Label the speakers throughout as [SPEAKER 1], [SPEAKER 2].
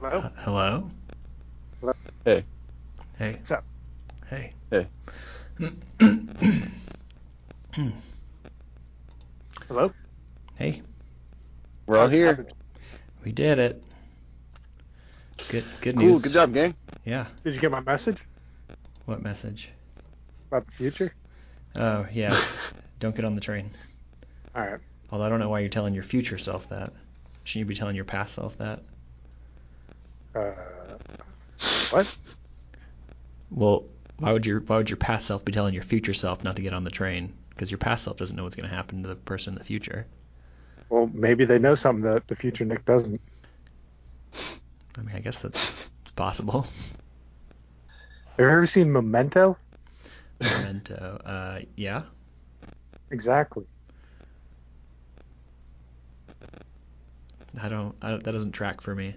[SPEAKER 1] Hello?
[SPEAKER 2] Hello?
[SPEAKER 3] Hey.
[SPEAKER 2] Hey.
[SPEAKER 1] What's up?
[SPEAKER 2] Hey.
[SPEAKER 3] Hey.
[SPEAKER 1] Hello?
[SPEAKER 2] hey.
[SPEAKER 3] We're all here.
[SPEAKER 1] Happened.
[SPEAKER 2] We did it. Good good
[SPEAKER 3] Cool.
[SPEAKER 2] news.
[SPEAKER 3] Good job, gang.
[SPEAKER 2] Yeah.
[SPEAKER 1] Did you get my message
[SPEAKER 2] What message?
[SPEAKER 1] about the future?
[SPEAKER 2] Oh, yeah. don't get on the train.
[SPEAKER 1] All right.
[SPEAKER 2] Although I don't know why you're telling your future self that. Shouldn't you be telling your past self that?
[SPEAKER 1] Uh, what?
[SPEAKER 2] Well, why would your why would your past self be telling your future self not to get on the train? Because your past self doesn't know what's going to happen to the person in the future.
[SPEAKER 1] Well, maybe they know something that the future Nick doesn't.
[SPEAKER 2] I mean, I guess that's possible.
[SPEAKER 1] Have you ever seen Memento?
[SPEAKER 2] Memento. Uh, yeah.
[SPEAKER 1] Exactly.
[SPEAKER 2] I don't, I don't. That doesn't track for me.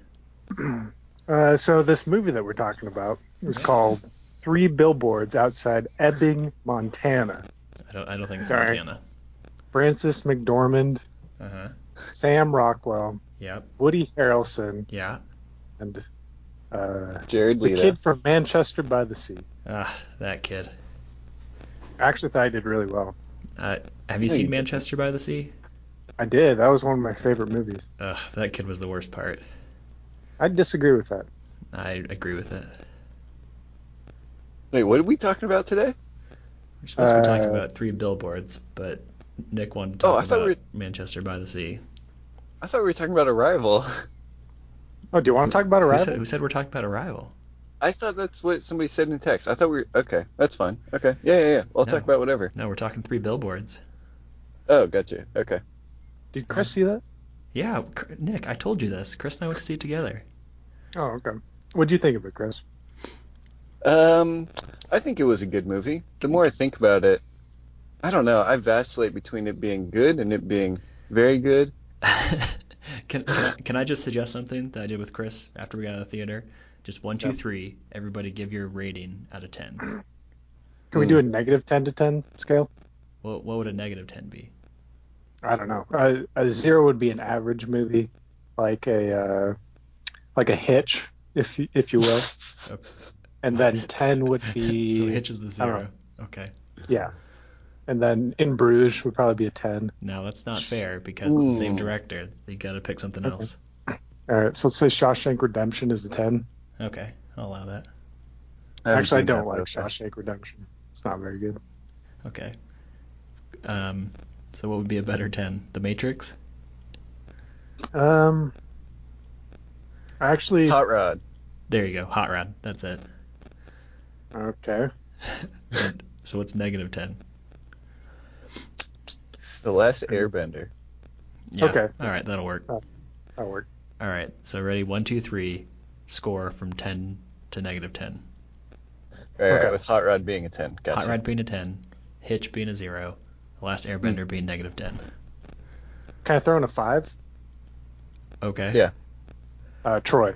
[SPEAKER 1] Uh, so this movie that we're talking about is called Three Billboards Outside Ebbing, Montana.
[SPEAKER 2] I don't. I don't think it's
[SPEAKER 1] Sorry.
[SPEAKER 2] Montana.
[SPEAKER 1] Francis McDormand,
[SPEAKER 2] Uh huh.
[SPEAKER 1] Sam Rockwell,
[SPEAKER 2] Yep.
[SPEAKER 1] Woody Harrelson,
[SPEAKER 2] Yeah.
[SPEAKER 1] and uh,
[SPEAKER 3] Jared
[SPEAKER 1] the
[SPEAKER 3] Leto.
[SPEAKER 1] kid from Manchester by the Sea.
[SPEAKER 2] Ah, that kid.
[SPEAKER 1] I actually thought I did really well.
[SPEAKER 2] Uh, have you
[SPEAKER 3] Hey.
[SPEAKER 2] seen Manchester by the Sea?
[SPEAKER 1] I did. That was one of my favorite movies.
[SPEAKER 2] Ugh, that kid was the worst part.
[SPEAKER 1] I disagree with that.
[SPEAKER 2] I agree with it.
[SPEAKER 3] Wait, what are we talking about today?
[SPEAKER 2] We're supposed to be talking
[SPEAKER 1] Uh,
[SPEAKER 2] about three billboards, but Nick wanted to talk
[SPEAKER 3] Oh, I thought
[SPEAKER 2] about
[SPEAKER 3] we
[SPEAKER 2] Manchester by the Sea.
[SPEAKER 3] I thought we were talking about Arrival.
[SPEAKER 1] Oh, do you want to talk about
[SPEAKER 2] Who
[SPEAKER 1] Arrival?
[SPEAKER 2] said, who said we're talking about Arrival?
[SPEAKER 3] I thought that's what somebody said in text. I thought we were okay. That's fine. Okay. Yeah, yeah, yeah. I'll
[SPEAKER 2] No.
[SPEAKER 3] talk about whatever.
[SPEAKER 2] No, we're talking three billboards.
[SPEAKER 3] Oh, gotcha. Okay.
[SPEAKER 1] Did Chris see that?
[SPEAKER 2] Yeah, Cr- Nick, I told you this. Chris and I went to see it together.
[SPEAKER 1] Oh, okay. What'd you think of it, Chris?
[SPEAKER 3] Um, I think it was a good movie. The more I think about it, I don't know. I vacillate between it being good and it being very good.
[SPEAKER 2] can, can, I, can I just suggest something that I did with Chris after we got out of the theater? Just one, two,
[SPEAKER 1] Yeah.
[SPEAKER 2] three. Everybody give your rating out of ten.
[SPEAKER 1] Can we do a negative 10 to 10 scale?
[SPEAKER 2] What, what would a negative ten be?
[SPEAKER 1] I don't know. A, a zero would be an average movie, like a uh, like a Hitch, if you, if you will,
[SPEAKER 2] Oh,
[SPEAKER 1] and then 10 would
[SPEAKER 2] so
[SPEAKER 1] be
[SPEAKER 2] Hitch is the
[SPEAKER 1] I don't
[SPEAKER 2] zero. Okay.
[SPEAKER 1] yeah, and then In Bruges would probably be a 10.
[SPEAKER 2] No, that's not fair because it's the same
[SPEAKER 3] Ooh.
[SPEAKER 2] director. You got to pick something
[SPEAKER 1] Okay.
[SPEAKER 2] else.
[SPEAKER 1] All right, so let's say Shawshank Redemption is a 10.
[SPEAKER 2] Okay, I'll allow that.
[SPEAKER 3] haven't
[SPEAKER 1] Actually, I
[SPEAKER 3] seen
[SPEAKER 1] don't
[SPEAKER 3] that,
[SPEAKER 1] like
[SPEAKER 3] but okay.
[SPEAKER 1] Shawshank Redemption. It's not very good.
[SPEAKER 2] Okay. Um, so what would be a better ten? The Matrix.
[SPEAKER 1] Um, actually,
[SPEAKER 3] Hot Rod.
[SPEAKER 2] There you go. Hot Rod. That's it.
[SPEAKER 1] okay.
[SPEAKER 2] And so what's negative ten?
[SPEAKER 3] The
[SPEAKER 1] Mm-hmm.
[SPEAKER 3] Last Airbender.
[SPEAKER 2] Yeah.
[SPEAKER 1] Okay.
[SPEAKER 2] All right, that'll work.
[SPEAKER 1] That worked.
[SPEAKER 2] All right. So ready? One, two, three. Score from ten to negative ten.
[SPEAKER 3] All right,
[SPEAKER 1] Okay.
[SPEAKER 3] with Hot Rod being a 10. Gotcha.
[SPEAKER 2] Hot Rod being a ten. Hitch being a zero. The Last Airbender
[SPEAKER 1] Hmm.
[SPEAKER 2] being negative ten.
[SPEAKER 1] Can I throw in a five?
[SPEAKER 2] Okay.
[SPEAKER 3] Yeah.
[SPEAKER 1] Uh, Troy.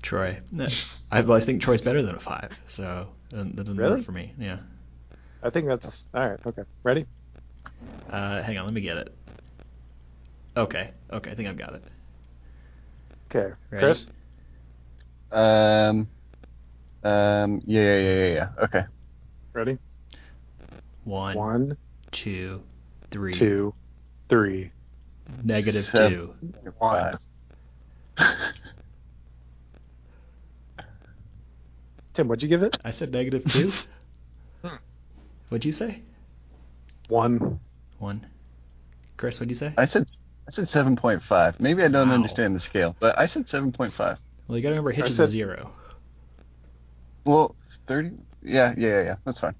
[SPEAKER 2] Troy. No, I, well, I think Troy's better than a five. So uh, that doesn't
[SPEAKER 1] Really?
[SPEAKER 2] work for me. Yeah.
[SPEAKER 1] I think that's
[SPEAKER 2] Oh.
[SPEAKER 1] all right. Okay, ready?
[SPEAKER 2] Uh, hang on, let me get it. Okay, okay, I think I've got it.
[SPEAKER 1] Okay,
[SPEAKER 2] Ready?
[SPEAKER 1] Chris.
[SPEAKER 3] Um, um, yeah, yeah, yeah, yeah, yeah. Okay.
[SPEAKER 1] Ready?
[SPEAKER 2] One,
[SPEAKER 1] One,
[SPEAKER 2] two, three.
[SPEAKER 1] two, three,
[SPEAKER 2] Negative
[SPEAKER 3] Seven.
[SPEAKER 2] two.
[SPEAKER 1] one.
[SPEAKER 3] Five.
[SPEAKER 1] Tim, what'd you give it?
[SPEAKER 2] I said negative two. what'd you say?
[SPEAKER 1] One.
[SPEAKER 2] One. Chris, what'd you say?
[SPEAKER 3] I said I said 7.5. Maybe I don't
[SPEAKER 2] Wow.
[SPEAKER 3] understand the scale, but I said 7.5.
[SPEAKER 2] Well, you gotta remember Hitch
[SPEAKER 1] I
[SPEAKER 2] is a
[SPEAKER 1] said-
[SPEAKER 2] zero.
[SPEAKER 3] Well, 30. Yeah, yeah, yeah, yeah. That's fine.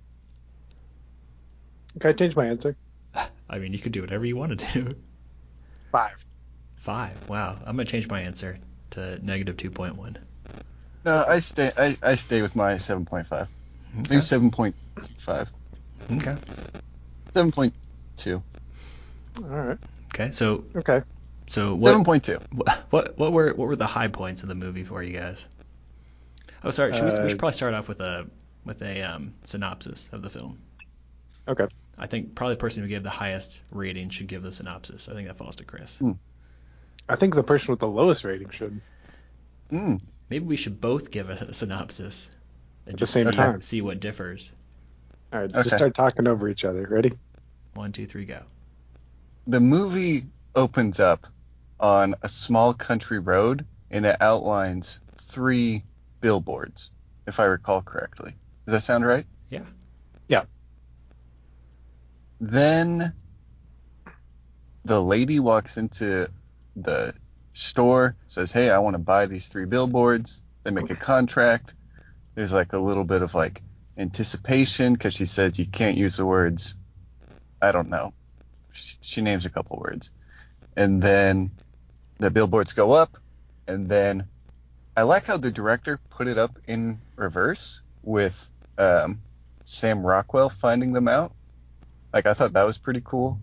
[SPEAKER 1] Can I change my answer?
[SPEAKER 2] I mean, you could do whatever you want to do.
[SPEAKER 1] Five.
[SPEAKER 2] Five. Wow. I'm gonna change my answer to negative 2.1.
[SPEAKER 3] No, I stay I, I stay with my 7.5. Maybe
[SPEAKER 2] Okay.
[SPEAKER 3] 7.5.
[SPEAKER 2] okay.
[SPEAKER 3] 7.2.
[SPEAKER 1] All right.
[SPEAKER 2] Okay, So,
[SPEAKER 1] Okay.
[SPEAKER 2] so what,
[SPEAKER 3] 7.2.
[SPEAKER 2] what, what were, what were the high points of the movie for you guys? Oh, sorry. Should we, we
[SPEAKER 1] Uh,
[SPEAKER 2] should probably start off with a, with a um, synopsis of the film.
[SPEAKER 1] Okay.
[SPEAKER 2] I think probably the person who gave the highest rating should give the synopsis. I think that falls to Chris.
[SPEAKER 1] I think the person with the lowest rating should.
[SPEAKER 3] Mm.
[SPEAKER 2] Maybe we should both give a, a synopsis
[SPEAKER 1] At
[SPEAKER 2] and
[SPEAKER 1] the
[SPEAKER 2] just
[SPEAKER 1] same
[SPEAKER 2] see,
[SPEAKER 1] time.
[SPEAKER 2] see what differs.
[SPEAKER 1] All right,
[SPEAKER 3] Okay.
[SPEAKER 1] just start talking over each other. Ready?
[SPEAKER 2] One, two, three, go.
[SPEAKER 3] the movie opens up on a small country road and it outlines three billboards, if I recall correctly. Does that sound right?
[SPEAKER 2] Yeah.
[SPEAKER 1] Yeah.
[SPEAKER 3] Then the lady walks into the store, says, Hey, I want to buy these three billboards. They make a contract. There's like a little bit of like anticipation because she says you can't use the words, I don't know she, she names a couple words and then the billboards go up and then i like how the director put it up in reverse with um, sam rockwell finding them out like i thought that was pretty cool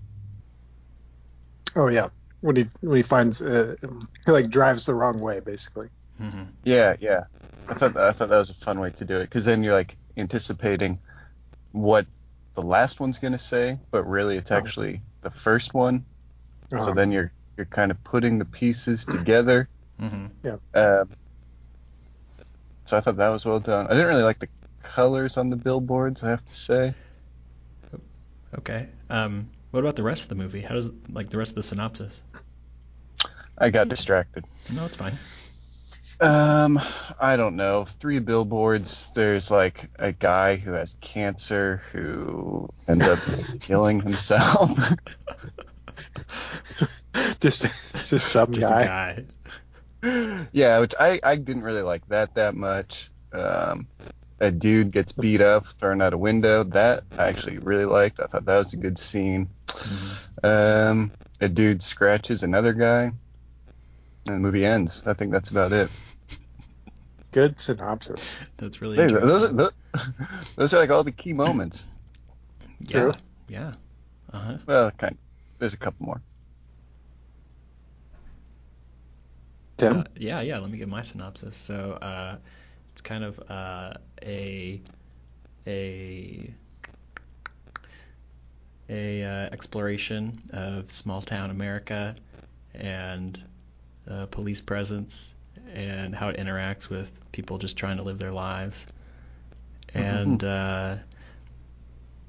[SPEAKER 1] Oh yeah. When he when he finds uh, he like drives the wrong way basically. Mm-hmm.
[SPEAKER 2] hmm
[SPEAKER 3] yeah yeah i thought i thought that was a fun way to do it because then you're like anticipating what the last one's going to say but really it's actually the first one so
[SPEAKER 1] Uh-huh.
[SPEAKER 3] then you're you're kind of putting the pieces together
[SPEAKER 1] Mm-hmm.
[SPEAKER 2] hmm
[SPEAKER 3] Um, so I thought that was well done. I didn't really like the colors on the billboards, I have to say.
[SPEAKER 2] Okay. Um, what about the rest of the movie? How does like the rest of the synopsis?
[SPEAKER 3] I got distracted.
[SPEAKER 2] No, it's fine.
[SPEAKER 3] Um, I don't know. Three billboards. There's like a guy who has cancer who ends up killing himself.
[SPEAKER 1] just just some
[SPEAKER 2] Just
[SPEAKER 1] guy.
[SPEAKER 2] a guy.
[SPEAKER 3] yeah, which I I didn't really like that that much. Um, a dude gets beat up, thrown out a window. That I actually really liked. I thought that was a good scene.
[SPEAKER 2] Mhm.
[SPEAKER 3] Um, a dude scratches another guy, and the movie ends. I think that's about it.
[SPEAKER 1] Good synopsis.
[SPEAKER 2] That's really
[SPEAKER 3] Hey,
[SPEAKER 2] interesting.
[SPEAKER 3] those, are, those, those are like all the key moments.
[SPEAKER 2] yeah.
[SPEAKER 1] true.
[SPEAKER 2] Yeah. Uh huh.
[SPEAKER 3] Well, kind. Of, there's a couple more.
[SPEAKER 1] Tim.
[SPEAKER 2] Uh, yeah, yeah. Let me give my synopsis. So uh, it's kind of uh, a a a uh, exploration of small town America and uh, police presence and how it interacts with people just trying to live their lives. And uh,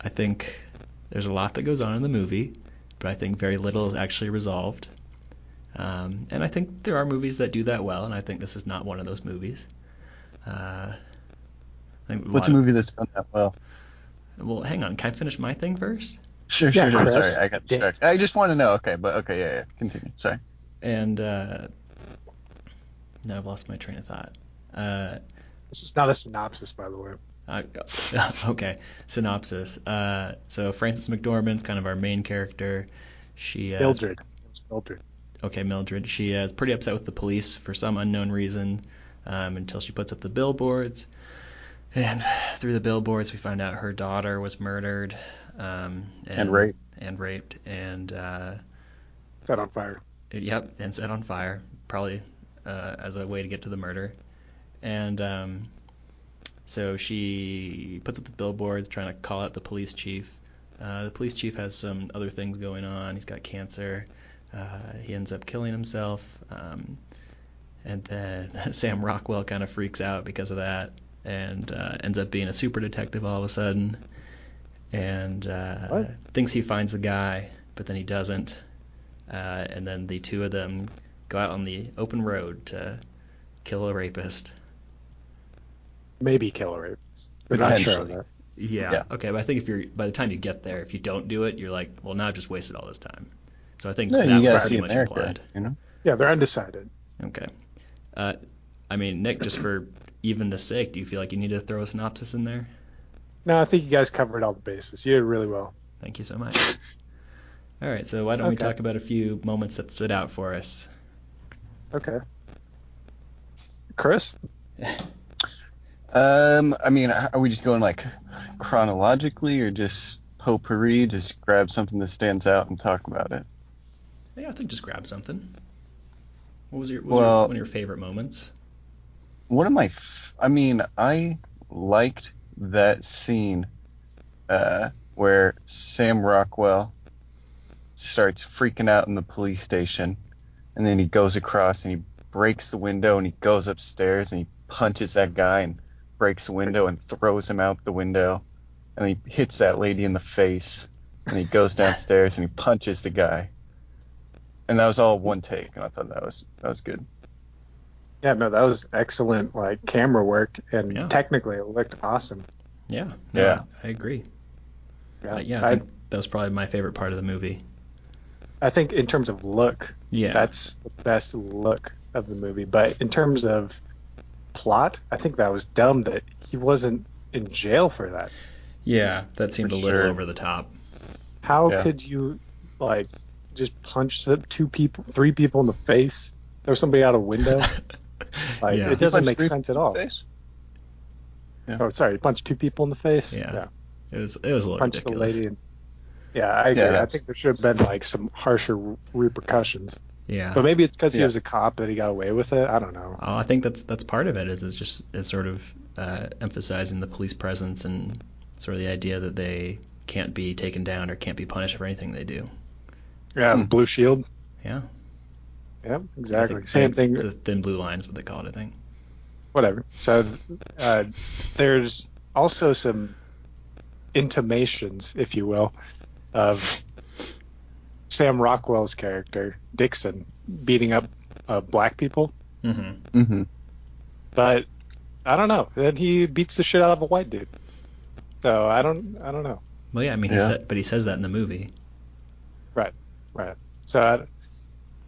[SPEAKER 2] I think there's a lot that goes on in the movie, but I think very little is actually resolved. Um, and I think there are movies that do that well, and I think this is not one of those movies. Uh, I think
[SPEAKER 3] What's a
[SPEAKER 2] lot of-
[SPEAKER 3] movie that's done that well?
[SPEAKER 2] Well, hang on. Can I finish my thing first?
[SPEAKER 3] Sure,
[SPEAKER 1] Yeah,
[SPEAKER 3] sure. sure.
[SPEAKER 1] Chris.
[SPEAKER 3] Sorry, I got
[SPEAKER 1] Dick.
[SPEAKER 3] distracted. I just want to know. Okay, but okay, yeah, yeah. Continue. Sorry.
[SPEAKER 2] And uh, now I've lost my train of thought. Uh,
[SPEAKER 1] This is not a synopsis, by the way.
[SPEAKER 2] I, okay, synopsis. Uh, so Frances McDormand's kind of our main character. She uh, is
[SPEAKER 1] Mildred. It's Mildred.
[SPEAKER 2] okay, Mildred. She uh, is pretty upset with the police for some unknown reason um, until she puts up the billboards. And through the billboards, we find out her daughter was murdered um, and,
[SPEAKER 3] raped.
[SPEAKER 2] And raped. And uh,
[SPEAKER 1] Set on fire.
[SPEAKER 2] yep, and set on fire, probably uh, as a way to get to the murder. And um, so she puts up the billboards trying to call out the police chief. Uh, the police chief has some other things going on. He's got cancer. Uh, he ends up killing himself. Um, and then Sam Rockwell kind of freaks out because of that and uh, ends up being a super detective all of a sudden and uh,
[SPEAKER 1] What?
[SPEAKER 2] thinks he finds the guy, but then he doesn't. Uh, and then the two of them go out on the open road to kill a rapist.
[SPEAKER 1] Maybe kill a rapist. They're not sure on
[SPEAKER 3] Potentially.
[SPEAKER 1] that.
[SPEAKER 2] Yeah.
[SPEAKER 3] Yeah.
[SPEAKER 2] Okay, but I think if you're by the time you get there, if you don't do it, you're like, well, now I've just wasted all this time. So I think
[SPEAKER 3] No,
[SPEAKER 2] that
[SPEAKER 3] you
[SPEAKER 2] was
[SPEAKER 3] gotta
[SPEAKER 2] pretty
[SPEAKER 3] see
[SPEAKER 2] much
[SPEAKER 3] America.
[SPEAKER 2] implied.
[SPEAKER 3] You know.
[SPEAKER 1] Yeah, they're undecided.
[SPEAKER 2] Okay. Uh, I mean, Nick, just for even the sake, do you feel like you need to throw a synopsis in there?
[SPEAKER 1] No, I think you guys covered all the bases. You did really well.
[SPEAKER 2] Thank you so much. All right, so why don't we
[SPEAKER 1] Okay.
[SPEAKER 2] talk about a few moments that stood out for us?
[SPEAKER 1] Okay. Chris?
[SPEAKER 3] Um, I mean, are we just going like chronologically, or just potpourri? Just grab something that stands out and talk about it.
[SPEAKER 2] Yeah, I think just grab something. What was your, what was your
[SPEAKER 3] Well-
[SPEAKER 2] one of your favorite moments?
[SPEAKER 3] one of my f- i mean i liked that scene uh, where sam rockwell starts freaking out in the police station and then he goes across and he breaks the window and he goes upstairs and he punches that guy and breaks the window and throws him out the window and he hits that lady in the face and he goes downstairs and he punches the guy and that was all one take and i thought that was that was good
[SPEAKER 1] Yeah, no, that was excellent like camera work and
[SPEAKER 2] Yeah.
[SPEAKER 1] technically it looked awesome.
[SPEAKER 2] Yeah. no,
[SPEAKER 3] Yeah.
[SPEAKER 2] I agree.
[SPEAKER 1] Yeah.
[SPEAKER 2] Uh, yeah. I
[SPEAKER 1] I,
[SPEAKER 2] think that was probably my favorite part of the movie.
[SPEAKER 1] I think in terms of look,
[SPEAKER 2] Yeah.
[SPEAKER 1] that's the best look of the movie. But in terms of plot, I think that was dumb that he wasn't in jail for that.
[SPEAKER 2] yeah. That seemed a
[SPEAKER 3] For
[SPEAKER 2] little
[SPEAKER 3] sure.
[SPEAKER 2] over the top.
[SPEAKER 1] How
[SPEAKER 3] Yeah.
[SPEAKER 1] could you like just punch the two people, three people in the face, throw somebody out a window? Like
[SPEAKER 2] Yeah.
[SPEAKER 1] it doesn't
[SPEAKER 3] Punch
[SPEAKER 1] make
[SPEAKER 3] three
[SPEAKER 1] sense at all.
[SPEAKER 3] face?
[SPEAKER 1] Oh, sorry, punch two people in the face.
[SPEAKER 2] Yeah. It was it was a little
[SPEAKER 1] punch
[SPEAKER 2] ridiculous.
[SPEAKER 1] the lady. In... Yeah, I agree. I
[SPEAKER 3] that's-
[SPEAKER 1] think there should have been like some harsher re- repercussions.
[SPEAKER 2] Uh, Yeah.
[SPEAKER 1] But maybe it's because he
[SPEAKER 3] Yeah.
[SPEAKER 1] was a cop that he got away with it. I don't know.
[SPEAKER 2] Oh, I think that's that's part of it is is just is sort of uh, emphasizing the police presence and sort of the idea that they can't be taken down or can't be punished for anything they do.
[SPEAKER 1] Yeah,
[SPEAKER 3] Hmm.
[SPEAKER 1] Blue Shield.
[SPEAKER 2] Yeah,
[SPEAKER 1] Yeah,
[SPEAKER 2] I
[SPEAKER 1] exactly.
[SPEAKER 2] think
[SPEAKER 1] Same thing.
[SPEAKER 2] thin- It's a thin blue line is what they call it. I think.
[SPEAKER 1] whatever. So uh, there's also some intimations, if you will, of Sam Rockwell's character Dixon beating up uh, black people,
[SPEAKER 2] hmm
[SPEAKER 3] Mm-hmm.
[SPEAKER 1] but I don't know. Then he beats the shit out of a white dude. So I don't, I don't know.
[SPEAKER 2] Well, yeah, I mean, he
[SPEAKER 3] Yeah.
[SPEAKER 2] said, but he says that in the movie.
[SPEAKER 1] So I,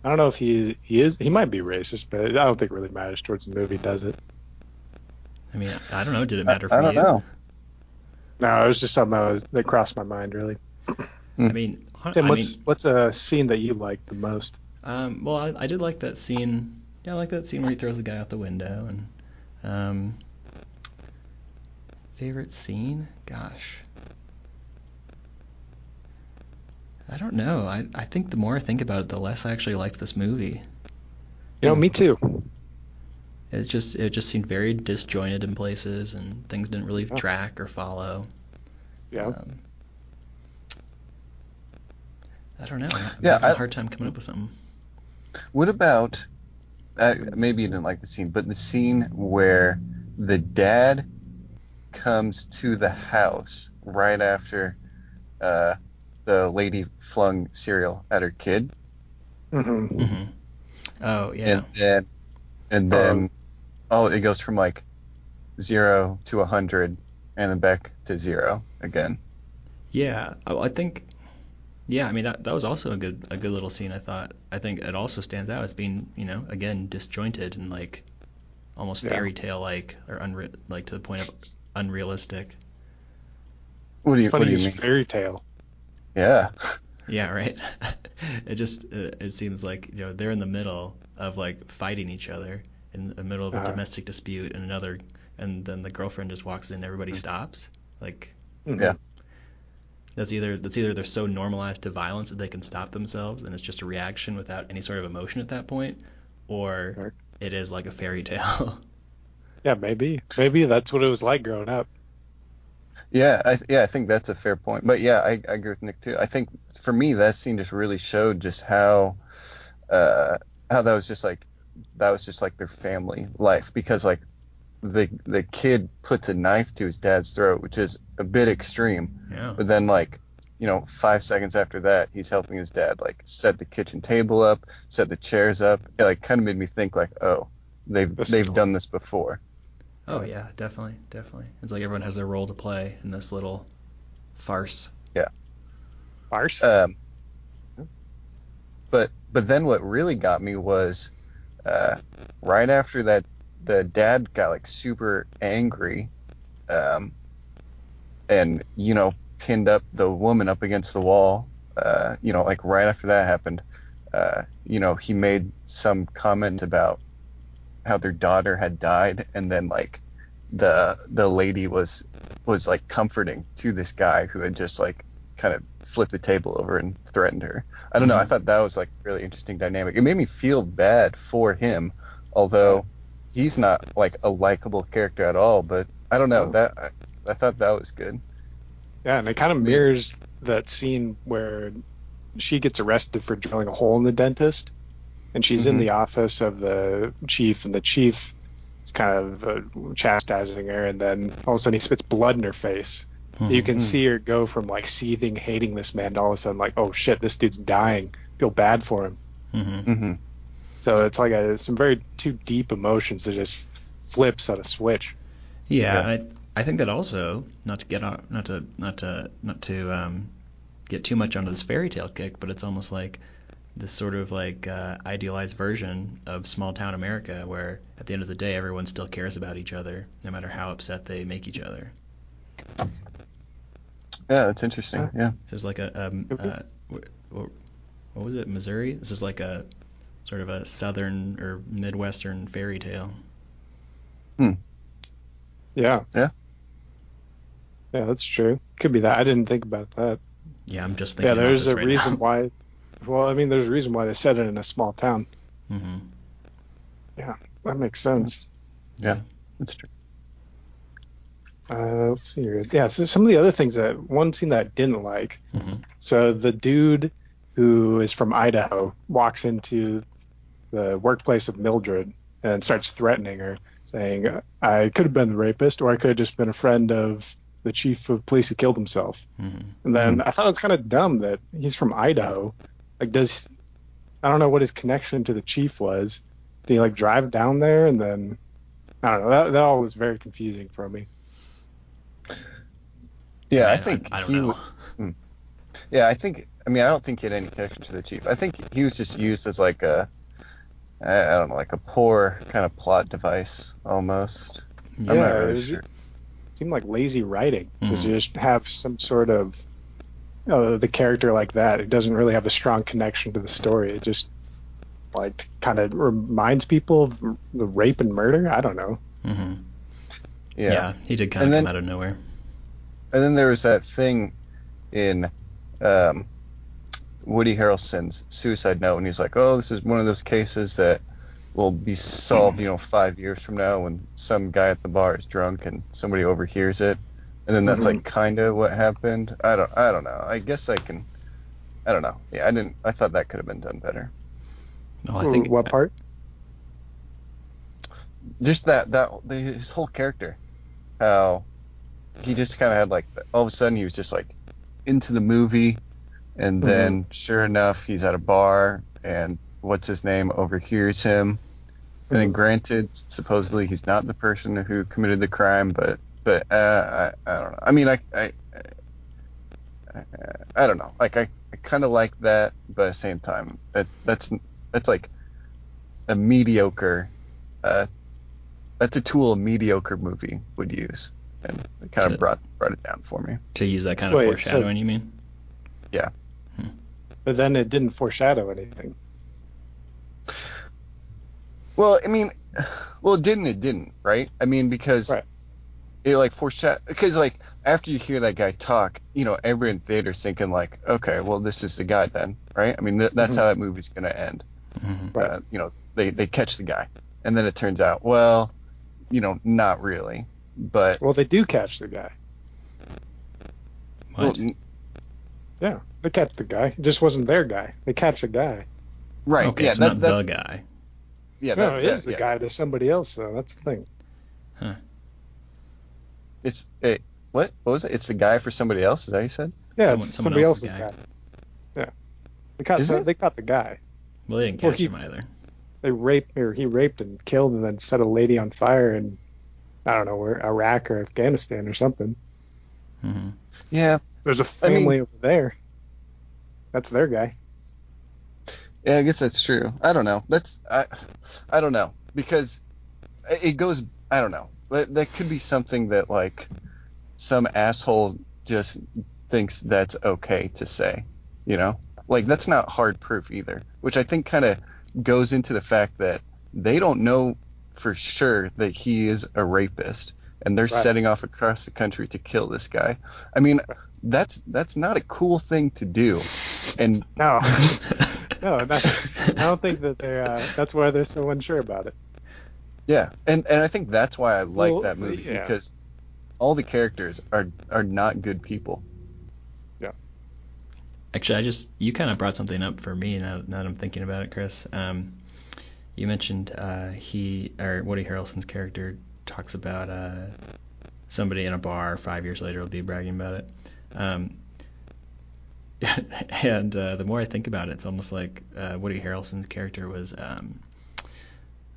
[SPEAKER 1] I don't know if he he is he might be racist, but I don't think it really matters towards the movie, does it?
[SPEAKER 2] I mean, I don't know. Did it
[SPEAKER 3] I,
[SPEAKER 2] matter for
[SPEAKER 3] I don't
[SPEAKER 2] you?
[SPEAKER 3] know.
[SPEAKER 1] No, it was just something that, was, that crossed my mind really.
[SPEAKER 2] I mean, hon-
[SPEAKER 1] Tim,
[SPEAKER 2] I mean,
[SPEAKER 1] what's what's a scene that you liked the most?
[SPEAKER 2] um, well, I, I did like that scene. Yeah, I like that scene where he throws the guy out the window and. Um, favorite scene? Gosh. I don't know. I, I think the more I think about it, the less I actually liked this movie.
[SPEAKER 1] You know, me too.
[SPEAKER 2] It just it just seemed very disjointed in places, and things didn't really
[SPEAKER 3] Oh.
[SPEAKER 2] track or follow.
[SPEAKER 1] Yeah.
[SPEAKER 2] Um, I don't know. I'm
[SPEAKER 3] Yeah,
[SPEAKER 2] having a
[SPEAKER 3] I-
[SPEAKER 2] hard time coming up with something.
[SPEAKER 3] What about uh, maybe you didn't like the scene, but the scene where the dad comes to the house right after uh, the lady flung cereal at her kid,
[SPEAKER 1] hmm
[SPEAKER 2] hmm Oh yeah.
[SPEAKER 3] and then and then oh, it goes from like zero to a hundred, and then back to zero again.
[SPEAKER 2] Yeah, I, I think. Yeah, I mean that that was also a good a good little scene. I thought. I think it also stands out as being you know again disjointed and like almost
[SPEAKER 1] Yeah.
[SPEAKER 2] fairy tale like or unre- like to the point of unrealistic.
[SPEAKER 3] What do you,
[SPEAKER 1] It's
[SPEAKER 3] what
[SPEAKER 1] funny
[SPEAKER 3] do you
[SPEAKER 1] use
[SPEAKER 3] mean?
[SPEAKER 1] fairy tale.
[SPEAKER 3] Yeah,
[SPEAKER 2] Yeah, right. it just uh, it, it seems like you know they're in the middle of like fighting each other in the middle of a
[SPEAKER 1] Uh-huh.
[SPEAKER 2] domestic dispute and another, and then the girlfriend just walks in. Everybody stops. Like
[SPEAKER 1] Mhm.
[SPEAKER 3] Mm-hmm. Yeah.
[SPEAKER 2] That's either that's either they're so normalized to violence that they can stop themselves and it's just a reaction without any sort of emotion at that point, or
[SPEAKER 1] Sure.
[SPEAKER 2] it is like a fairy tale.
[SPEAKER 1] Yeah, maybe. Maybe that's what it was like growing up.
[SPEAKER 3] yeah, I, yeah. I think that's a fair point. But yeah, I, I agree with Nick too. I think for me that scene just really showed just how uh, how that was just like that was just like their family life because like the the kid puts a knife to his dad's throat, which is a bit extreme.
[SPEAKER 2] yeah.
[SPEAKER 3] But then, like, you know, five seconds after that, he's helping his dad, like, set the kitchen table up, set the chairs up. It, like, kind of made me think, like, oh, they've
[SPEAKER 1] That's
[SPEAKER 3] they've
[SPEAKER 1] cool.
[SPEAKER 3] done this before.
[SPEAKER 2] Oh yeah, definitely, definitely. It's like everyone has their role to play in this little farce.
[SPEAKER 1] Farce.
[SPEAKER 3] Um, but but then what really got me was, uh, right after that, the dad got like super angry, um, and you know pinned up the woman up against the wall. Uh, you know, like right after that happened, uh, you know he made some comment about how their daughter had died, and then like the the lady was was like comforting to this guy who had just like kind of flipped the table over and threatened her. I don't know. I thought that was like a really interesting dynamic. It made me feel bad for him, although he's not like a likable character at all. But I don't know
[SPEAKER 1] No.
[SPEAKER 3] that. I, I thought that was good.
[SPEAKER 1] yeah, and it kind of mirrors that scene where she gets arrested for drilling a hole in the dentist, and she's in the office of the chief, and the chief is kind of uh, chastising her, and then all of a sudden he spits blood in her face. You
[SPEAKER 3] Mm-hmm.
[SPEAKER 1] can see her go from like seething, hating this man, to all of a sudden like, oh shit, this dude's dying. Feel bad for him.
[SPEAKER 2] hmm
[SPEAKER 3] hmm
[SPEAKER 1] So it's like a, some very two deep emotions that just flips on a switch.
[SPEAKER 2] Yeah, and I, I think that also not to get on, not to not to not to um, get too much onto this fairy tale kick, but it's almost like this sort of like uh, idealized version of small town America, where at the end of the day, everyone still cares about each other, no matter how upset they make each other.
[SPEAKER 3] Yeah, that's interesting. Yeah.
[SPEAKER 2] So there's like a um,
[SPEAKER 1] Okay.
[SPEAKER 2] uh, wh- wh- what was it, Missouri? This is like a sort of a southern or midwestern fairy tale.
[SPEAKER 1] Yeah.
[SPEAKER 3] Yeah.
[SPEAKER 1] Yeah, that's true. Could be that. I didn't think about that.
[SPEAKER 2] Yeah, I'm just thinking.
[SPEAKER 1] yeah, there's
[SPEAKER 2] about this
[SPEAKER 1] a
[SPEAKER 2] right
[SPEAKER 1] reason why. Well, I mean, there's a reason why they set it in a small town.
[SPEAKER 2] hmm
[SPEAKER 1] That makes sense.
[SPEAKER 3] That's true.
[SPEAKER 1] Uh, let's see here. Yeah, so some of the other things that one scene that I didn't like.
[SPEAKER 2] Mhm.
[SPEAKER 1] So the dude who is from Idaho walks into the workplace of Mildred and starts threatening her, saying, "I could have been the rapist, or I could have just been a friend of the chief of police who killed himself."
[SPEAKER 2] hmm
[SPEAKER 1] And then I thought it was kind of dumb that he's from Idaho. Like, does I don't know what his connection to the chief was. Did he like drive down there and then I don't know. That that all was very confusing for me.
[SPEAKER 3] Yeah, I
[SPEAKER 2] Man,
[SPEAKER 3] think
[SPEAKER 2] I, I don't
[SPEAKER 3] he
[SPEAKER 2] know.
[SPEAKER 3] would- Yeah, I think. I mean, I don't think he had any connection to the chief. I think he was just used as like a, I I don't know, like a poor kind of plot device almost. I'm
[SPEAKER 1] Yeah,
[SPEAKER 3] not
[SPEAKER 1] it
[SPEAKER 3] really
[SPEAKER 1] was-
[SPEAKER 3] sure.
[SPEAKER 1] It seemed like lazy writing
[SPEAKER 2] Mhm.
[SPEAKER 1] to just have some sort of uh, the character like that. It doesn't really have a strong connection to the story. It just like kind of reminds people of the rape and murder. I don't know.
[SPEAKER 2] hmm
[SPEAKER 3] Yeah.
[SPEAKER 2] Yeah. he did kind
[SPEAKER 3] And
[SPEAKER 2] of
[SPEAKER 3] then-
[SPEAKER 2] come out of nowhere.
[SPEAKER 3] And then there was that thing in um, Woody Harrelson's Suicide Note, and he's like, "Oh, this is one of those cases that will be solved, you know, five years from now when some guy at the bar is drunk and somebody overhears it." And then that's like kind of what happened. I don't. I don't know. I guess I can. I don't know. Yeah, I didn't. I thought that could have been done better.
[SPEAKER 2] No, I think
[SPEAKER 1] what part?
[SPEAKER 3] Just that that the, his whole character, how he just kind of had like all of a sudden he was just like into the movie, and then sure enough he's at a bar and what's his name overhears him, and then granted supposedly he's not the person who committed the crime, but but uh, I I don't know. I mean I I I, I don't know. Like I, I kind of like that, but at the same time that that's that's like a mediocre. Uh, that's a tool a mediocre movie would use and it kind
[SPEAKER 2] To-
[SPEAKER 3] of brought brought it down for me.
[SPEAKER 2] to use that kind of
[SPEAKER 1] Wait, so-
[SPEAKER 2] foreshadowing, you mean?
[SPEAKER 1] But then it didn't foreshadow anything.
[SPEAKER 3] Well, I mean, well, it didn't it didn't right? I mean, because
[SPEAKER 1] Right.
[SPEAKER 3] it like foreshadow because like after you hear that guy talk, you know, everybody in theater's thinking like, okay, well, this is the guy then, right? I mean, th- that's
[SPEAKER 2] Mm-hmm.
[SPEAKER 1] Mhm.
[SPEAKER 3] how that movie's gonna end.
[SPEAKER 2] Mhm.
[SPEAKER 1] Right.
[SPEAKER 3] Uh, you know, they they catch the guy, and then it turns out, well, you know, not really, but
[SPEAKER 1] Well, they do catch the guy.
[SPEAKER 3] well,
[SPEAKER 2] What?
[SPEAKER 3] n-
[SPEAKER 1] Yeah, they catch the guy. It just wasn't their guy. They catch the guy.
[SPEAKER 3] right?
[SPEAKER 2] okay,
[SPEAKER 3] yeah,
[SPEAKER 2] so
[SPEAKER 3] that,
[SPEAKER 2] not
[SPEAKER 3] that,
[SPEAKER 2] the guy.
[SPEAKER 3] yeah, that,
[SPEAKER 1] No, it is
[SPEAKER 3] that-
[SPEAKER 1] the
[SPEAKER 3] yeah.
[SPEAKER 1] guy to somebody else, though. That's the thing.
[SPEAKER 3] It's it, what what was it? It's the guy for somebody else. Is that what you said?
[SPEAKER 1] Yeah,
[SPEAKER 2] Someone-
[SPEAKER 1] it's
[SPEAKER 2] someone
[SPEAKER 1] somebody
[SPEAKER 2] else's
[SPEAKER 1] else's
[SPEAKER 2] guy.
[SPEAKER 1] guy. Yeah, they caught
[SPEAKER 3] Is
[SPEAKER 1] some-
[SPEAKER 3] it?
[SPEAKER 1] they caught the guy.
[SPEAKER 2] Well, they didn't
[SPEAKER 1] Or
[SPEAKER 2] catch
[SPEAKER 1] he-
[SPEAKER 2] him either.
[SPEAKER 1] They raped or he raped and killed and then set a lady on fire in I don't know where Iraq or Afghanistan or something.
[SPEAKER 2] hmm
[SPEAKER 3] Yeah,
[SPEAKER 1] There's a
[SPEAKER 3] I mean-
[SPEAKER 1] family over there. That's their guy.
[SPEAKER 3] Yeah, I guess that's true. I don't know. That's I, I don't know because it goes. I don't know. That, that could be something that like some asshole just thinks that's okay to say. You know, like that's not hard proof either, which I think kind of goes into the fact that they don't know for sure that he is a rapist, and they're
[SPEAKER 1] Right.
[SPEAKER 3] setting off across the country to kill this guy. I mean, that's that's not a cool thing to do, and
[SPEAKER 1] No,
[SPEAKER 2] Mm-hmm.
[SPEAKER 1] no, not, I don't think that they're. Uh, that's why they're so unsure about it.
[SPEAKER 3] Yeah, and and I think that's why I like
[SPEAKER 1] Well,
[SPEAKER 3] that movie
[SPEAKER 1] yeah.
[SPEAKER 3] because all the characters are are not good people.
[SPEAKER 2] Actually, I just you kind of brought something up for me now, now that I'm thinking about it, Chris. Um, You mentioned uh, he or Woody Harrelson's character talks about uh, somebody in a bar five years later will be bragging about it. Um, and uh, the more I think about it, it's almost like uh, Woody Harrelson's character was um,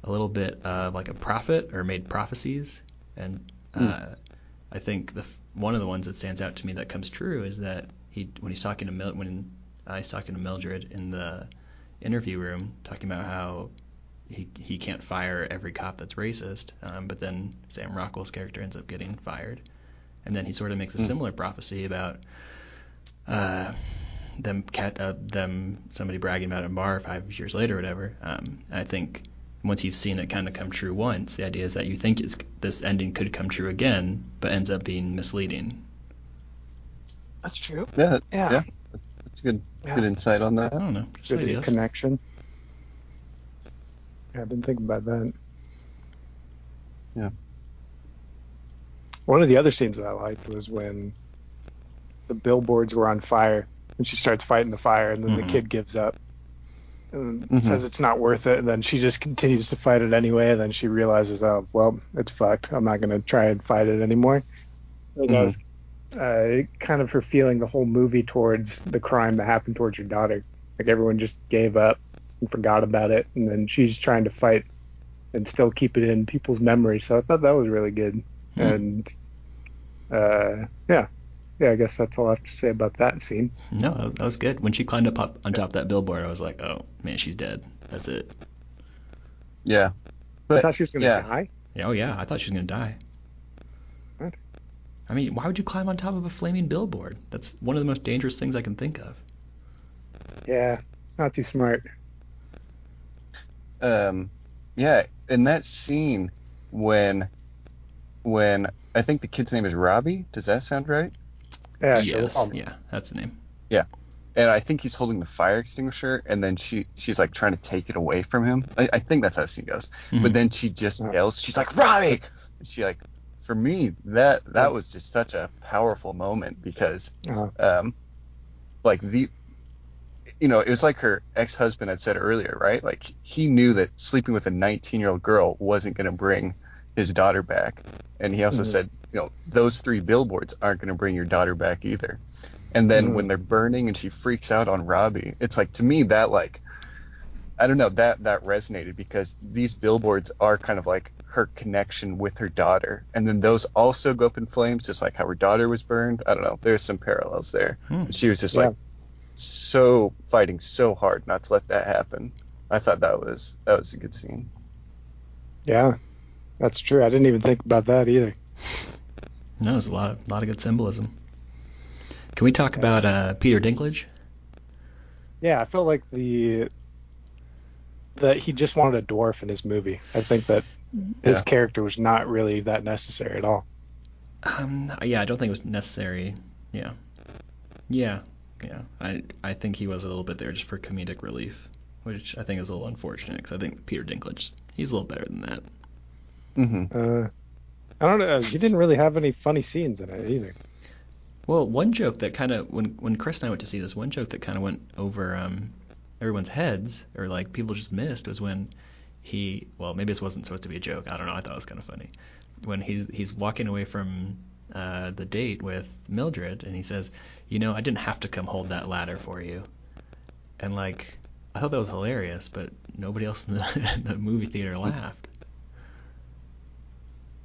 [SPEAKER 2] a little bit of like a prophet or made prophecies. And uh, I think the f- one of the ones that stands out to me that comes true is that he when he's talking to Mil- when uh, he's talking to Mildred in the interview room, talking about how he he can't fire every cop that's racist, um, but then Sam Rockwell's character ends up getting fired, and then he sort of makes a similar prophecy about uh, them cat uh, them somebody bragging about it in a bar five years later or whatever. Um, and I think once you've seen it kind of come true once, the idea is that you think it's this ending could come true again, but ends up being misleading.
[SPEAKER 1] That's true.
[SPEAKER 3] Yeah,
[SPEAKER 1] Yeah.
[SPEAKER 3] Yeah. that's a good
[SPEAKER 1] Yeah.
[SPEAKER 3] good insight on
[SPEAKER 2] I
[SPEAKER 3] that.
[SPEAKER 2] don't know, just
[SPEAKER 1] Good
[SPEAKER 2] ideas.
[SPEAKER 1] connection. Yeah, I didn't think about that.
[SPEAKER 3] Yeah.
[SPEAKER 1] One of the other scenes that I liked was when the billboards were on fire and she starts fighting the fire and then
[SPEAKER 2] Mhm.
[SPEAKER 1] the kid gives up and
[SPEAKER 3] Mhm.
[SPEAKER 1] says it's not worth it and then she just continues to fight it anyway and then she realizes oh well it's fucked I'm not going to try and fight it anymore. Like that was uh, kind of her feeling the whole movie towards the crime that happened towards her daughter. Like everyone just gave up and forgot about it, and then she's trying to fight and still keep it in people's memory. So I thought that was really good.
[SPEAKER 2] Hmm.
[SPEAKER 1] And uh, yeah, yeah, I guess that's all I have to say about that scene.
[SPEAKER 2] No, that was- that was good. When she climbed up, up on top of that billboard, I was like, oh man, she's dead. That's it.
[SPEAKER 3] Yeah.
[SPEAKER 1] I
[SPEAKER 3] But-
[SPEAKER 1] thought she was going to
[SPEAKER 3] yeah.
[SPEAKER 1] die.
[SPEAKER 2] Yeah, Oh yeah, I thought she was gonna die.
[SPEAKER 1] What?
[SPEAKER 2] I mean, why would you climb on top of a flaming billboard? That's one of the most dangerous things I can think of.
[SPEAKER 1] Yeah, it's not too smart.
[SPEAKER 3] um yeah in that scene when when i think the kid's name is robbie does that sound right
[SPEAKER 1] Yeah, sure, we'll
[SPEAKER 2] yes,
[SPEAKER 1] call him.
[SPEAKER 2] yeah, that's the name.
[SPEAKER 3] and i think he's holding the fire extinguisher and then she she's like trying to take it away from him i, I think that's how the scene goes
[SPEAKER 2] Mhm.
[SPEAKER 3] but then she just
[SPEAKER 1] Yeah.
[SPEAKER 3] yells she's like robbie and she like for me that that was just such a powerful moment because
[SPEAKER 1] Uh,
[SPEAKER 3] um like the you know it was like her ex-husband had said earlier right like he knew that sleeping with a 19 year old girl wasn't going to bring his daughter back and he also
[SPEAKER 1] Mhm.
[SPEAKER 3] said you know those three billboards aren't going to bring your daughter back either and then
[SPEAKER 1] Mhm.
[SPEAKER 3] when they're burning and she freaks out on robbie it's like to me that like i don't know that that resonated because these billboards are kind of like her connection with her daughter and then those also go up in flames just like how her daughter was burned i don't know there's some parallels there
[SPEAKER 2] Hmm.
[SPEAKER 3] she was just
[SPEAKER 1] Yeah.
[SPEAKER 3] like so fighting so hard not to let that happen. I thought that was that was a good scene.
[SPEAKER 1] yeah, that's true. I didn't even think about that either.
[SPEAKER 2] No, it's a lot, of, lot of good symbolism. Can we talk about uh, Peter Dinklage?
[SPEAKER 1] Yeah, I felt like the that he just wanted a dwarf in his movie. I think that his
[SPEAKER 3] Yeah.
[SPEAKER 1] character was not really that necessary at all.
[SPEAKER 2] Um, yeah, I don't think it was necessary. Yeah, yeah, yeah. I I think he was a little bit there just for comedic relief, which I think is a little unfortunate because I think Peter Dinklage he's a little better than that.
[SPEAKER 3] Mm-hmm.
[SPEAKER 1] Uh, I don't know. He didn't really have any funny scenes in it either.
[SPEAKER 2] Well, one joke that kind of when when Chris and I went to see this, one joke that kind of went over um, everyone's heads or like people just missed was when he well maybe this wasn't supposed to be a joke. I don't know. I thought it was kind of funny when he's he's walking away from uh, the date with Mildred and he says, "You know, I didn't have to come hold that ladder for you," and like I thought that was hilarious, but nobody else in the, in the movie theater laughed.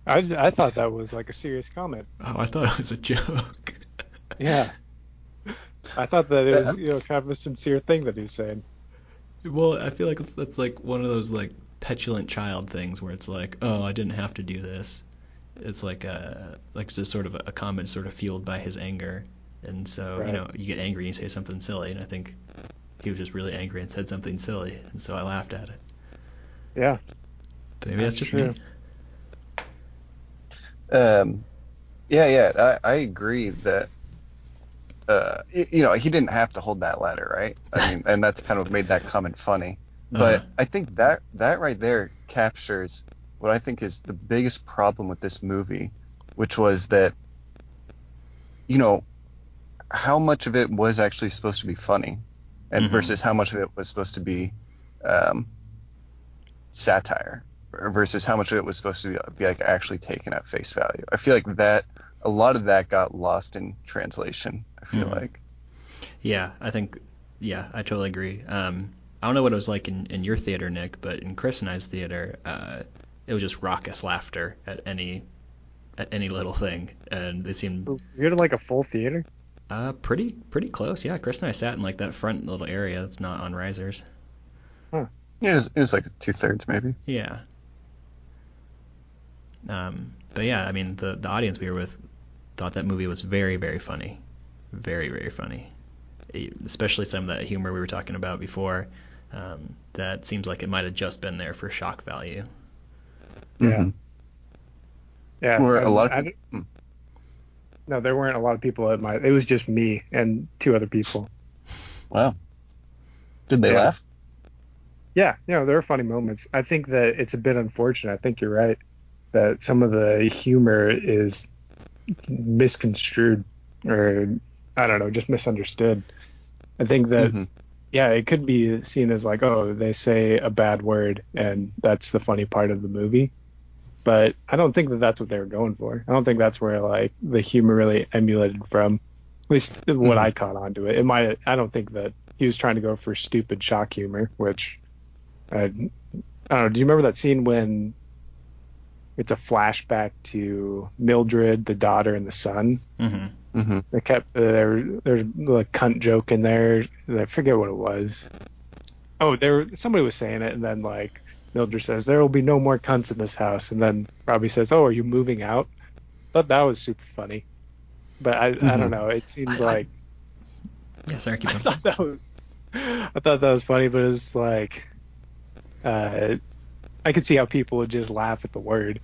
[SPEAKER 1] I, I thought that was like a serious comment.
[SPEAKER 2] Oh, I thought it was a joke.
[SPEAKER 1] Yeah. I thought that it was you know kind of a sincere thing that he was saying.
[SPEAKER 2] Well, I feel like it's, that's like one of those like petulant child things where it's like, oh, I didn't have to do this. It's like a like just sort of a, comment sort of fueled by his anger, and so you
[SPEAKER 1] Right.
[SPEAKER 2] know you get angry and you say something silly, and I think he was just really angry and said something silly, and so I laughed at it.
[SPEAKER 1] Yeah.
[SPEAKER 2] But maybe that's,
[SPEAKER 1] That's
[SPEAKER 2] just me.
[SPEAKER 1] true.
[SPEAKER 3] Um, yeah, yeah, I, I agree that uh, y- you know he didn't have to hold that ladder, right? I mean, and that's kind of what made that comment funny. But
[SPEAKER 2] Uh-huh.
[SPEAKER 3] I think that that right there captures what I think is the biggest problem with this movie, which was that you know how much of it was actually supposed to be funny and
[SPEAKER 2] Mhm.
[SPEAKER 3] versus how much of it was supposed to be um, satire versus how much of it was supposed to be, be like actually taken at face value. I feel like that a lot of that got lost in translation. I feel
[SPEAKER 2] Mhm.
[SPEAKER 3] like
[SPEAKER 2] Yeah, I think, yeah, I totally agree. Um, I don't know what it was like in, in your theater, Nick, but in Chris and I's theater, uh, it was just raucous laughter at any at any little thing, and they seemed
[SPEAKER 4] You're in like a full theater.
[SPEAKER 2] uh, pretty pretty close. Yeah, Chris and I sat in like that front little area that's not on risers.
[SPEAKER 3] yeah, it was, it was like two thirds maybe.
[SPEAKER 2] Yeah. Um, but yeah, I mean, the the audience we were with thought that movie was very very funny, very very funny, E, especially some of that humor we were talking about before. Um, that seems like it might have just been there for shock value.
[SPEAKER 4] Yeah.
[SPEAKER 3] Mhm.
[SPEAKER 4] Yeah,
[SPEAKER 3] Were a
[SPEAKER 4] and
[SPEAKER 3] lot of
[SPEAKER 4] I
[SPEAKER 3] peop-
[SPEAKER 4] d-
[SPEAKER 3] mm.
[SPEAKER 4] no, there weren't a lot of people at my. It was just me and two other people.
[SPEAKER 3] Wow. Did they
[SPEAKER 4] Yeah.
[SPEAKER 3] laugh?
[SPEAKER 4] Yeah, you know, there are funny moments. I think that it's a bit unfortunate. I think you're right that some of the humor is misconstrued or I don't know, just misunderstood.
[SPEAKER 1] I think that
[SPEAKER 3] Mhm.
[SPEAKER 1] yeah, it could be seen as like, oh, they say a bad word, and that's the funny part of the movie. But I don't think that that's what they were going for. I don't think that's where like the humor really emulated from. At least what
[SPEAKER 3] Mhm.
[SPEAKER 1] I caught on to it. It might. I don't think that he was trying to go for stupid shock humor, which I, I don't know. Do you remember that scene when it's a flashback to Mildred, the daughter, and the son?
[SPEAKER 2] Mm-hmm.
[SPEAKER 3] Mhm.
[SPEAKER 1] They kept uh, there. There's a cunt joke in there. I forget what it was. Oh, there. Somebody was saying it, and then like Mildred says, "There will be no more cunts in this house." And then Robbie says, "Oh, are you moving out?" Thought that was super funny, but I Mm-hmm. I
[SPEAKER 3] Mhm.
[SPEAKER 1] don't know. It seems
[SPEAKER 2] I- I-
[SPEAKER 1] like
[SPEAKER 2] Yeah, sorry, keep
[SPEAKER 1] I
[SPEAKER 2] going.
[SPEAKER 1] thought that was I thought that was funny, but it's like uh, I could see how people would just laugh at the word.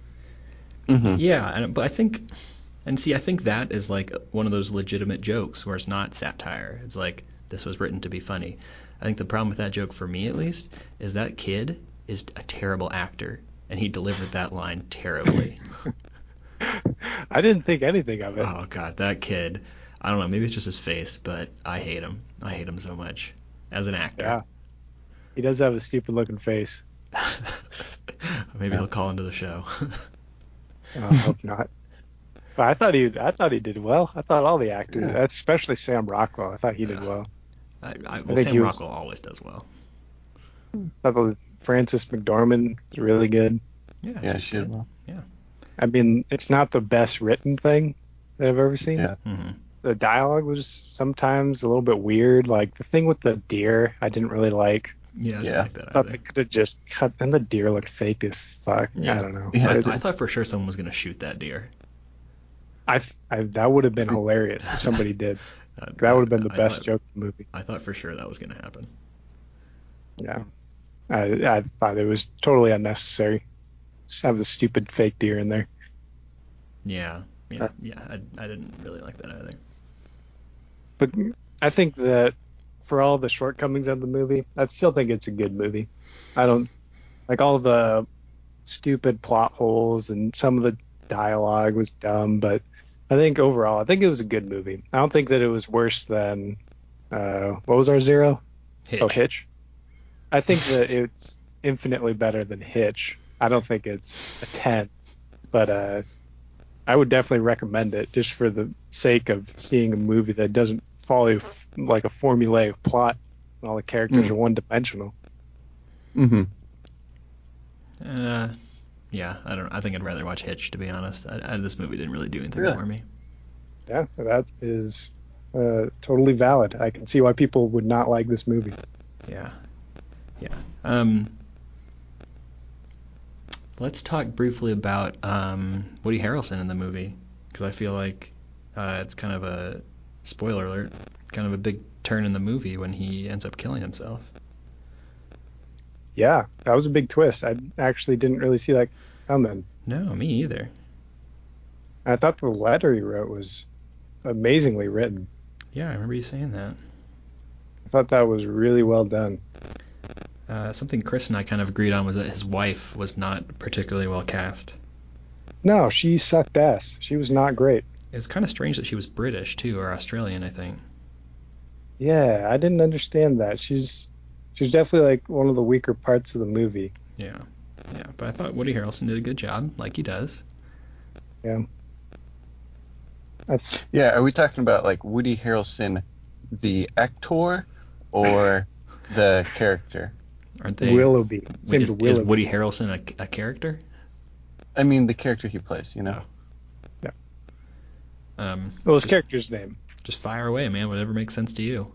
[SPEAKER 3] Mhm.
[SPEAKER 2] Yeah, and, but I think, and see, I think that is like one of those legitimate jokes where it's not satire. It's like this was written to be funny. I think the problem with that joke, for me at least, is that kid is a terrible actor, and he delivered that line terribly.
[SPEAKER 1] I didn't think anything of it.
[SPEAKER 2] oh God, that kid. I don't know. Maybe it's just his face, but I hate him. I hate him so much as an actor.
[SPEAKER 1] Yeah. He does have a stupid looking face.
[SPEAKER 2] Maybe he'll call into the show.
[SPEAKER 1] Oh, I hope not. But I thought he, I thought he did well. I thought all the actors,
[SPEAKER 3] Yeah.
[SPEAKER 1] especially Sam Rockwell, I thought he did well.
[SPEAKER 2] I, I, well,
[SPEAKER 1] think
[SPEAKER 2] Sam
[SPEAKER 1] he was-
[SPEAKER 2] Rockwell always does well.
[SPEAKER 1] I thought Francis McDormand was really good.
[SPEAKER 2] Yeah.
[SPEAKER 3] Yeah, she did
[SPEAKER 2] good.
[SPEAKER 3] well.
[SPEAKER 1] I mean, it's not the best written thing that I've ever seen.
[SPEAKER 3] Yeah.
[SPEAKER 2] Mhm.
[SPEAKER 1] The dialogue was sometimes a little bit weird. Like the thing with the deer, I didn't really like.
[SPEAKER 2] Yeah. I didn't
[SPEAKER 3] Yeah.
[SPEAKER 2] like that
[SPEAKER 1] I thought
[SPEAKER 2] either.
[SPEAKER 1] they could have just cut, and the deer looked fake as fuck.
[SPEAKER 2] Yeah.
[SPEAKER 1] I don't know.
[SPEAKER 3] Yeah,
[SPEAKER 2] I,
[SPEAKER 1] I,
[SPEAKER 2] I thought for sure someone was going to shoot that deer.
[SPEAKER 1] I, I- that would have been hilarious if somebody did.
[SPEAKER 2] That,
[SPEAKER 1] That would have been the
[SPEAKER 2] Uh, I
[SPEAKER 1] best
[SPEAKER 2] thought-
[SPEAKER 1] joke in the movie.
[SPEAKER 2] I thought for sure that was going to happen.
[SPEAKER 1] Yeah. I, I thought it was totally unnecessary. Just have the stupid fake deer in there.
[SPEAKER 2] Yeah, yeah,
[SPEAKER 1] Uh.
[SPEAKER 2] yeah. I, I didn't really like that either.
[SPEAKER 1] But I think that for all the shortcomings of the movie, I still think it's a good movie. I don't like all the stupid plot holes and some of the dialogue was dumb, but I think overall, I think it was a good movie. I don't think that it was worse than uh, what was our zero?
[SPEAKER 2] Hitch.
[SPEAKER 1] Oh, Hitch. I think that it's infinitely better than Hitch. I don't think it's a ten, but uh, I would definitely recommend it just for the sake of seeing a movie that doesn't follow f- like a formulaic plot and all the characters
[SPEAKER 3] Mm.
[SPEAKER 1] are one dimensional.
[SPEAKER 3] Mhm.
[SPEAKER 2] Uh, yeah, I don't. I think I'd rather watch Hitch to be honest. I, I, this movie didn't really do anything
[SPEAKER 3] Really?
[SPEAKER 2] for me.
[SPEAKER 1] Yeah, that is uh, totally valid. I can see why people would not like this movie.
[SPEAKER 2] Yeah, yeah. Um, let's talk briefly about um, Woody Harrelson in the movie because I feel like uh, it's kind of a spoiler alert, kind of a big turn in the movie when he ends up killing himself.
[SPEAKER 1] Yeah, that was a big twist. I actually didn't really see that coming.
[SPEAKER 2] No, me either.
[SPEAKER 1] I thought the letter he wrote was amazingly written.
[SPEAKER 2] Yeah, I remember you saying that.
[SPEAKER 1] I thought that was really well done.
[SPEAKER 2] Uh, something Chris and I kind of agreed on was that his wife was not particularly well cast.
[SPEAKER 1] No, she sucked ass. She was not great.
[SPEAKER 2] It was kind of strange that she was British too, or Australian, I think.
[SPEAKER 1] Yeah, I didn't understand that. She's she's definitely like one of the weaker parts of the movie.
[SPEAKER 2] Yeah. Yeah, but I thought Woody Harrelson did a good job, like he does.
[SPEAKER 1] Yeah. That's
[SPEAKER 3] Yeah, are we talking about like Woody Harrelson, the actor, or the character?
[SPEAKER 2] Aren't they?
[SPEAKER 1] Willoughby. His name's
[SPEAKER 2] is, is
[SPEAKER 1] Willoughby.
[SPEAKER 2] Woody Harrelson a, a character?
[SPEAKER 3] I mean, the character he plays, you know?
[SPEAKER 2] Um,
[SPEAKER 1] Well,
[SPEAKER 5] His character's name.
[SPEAKER 2] just fire away, man. Whatever makes sense to you.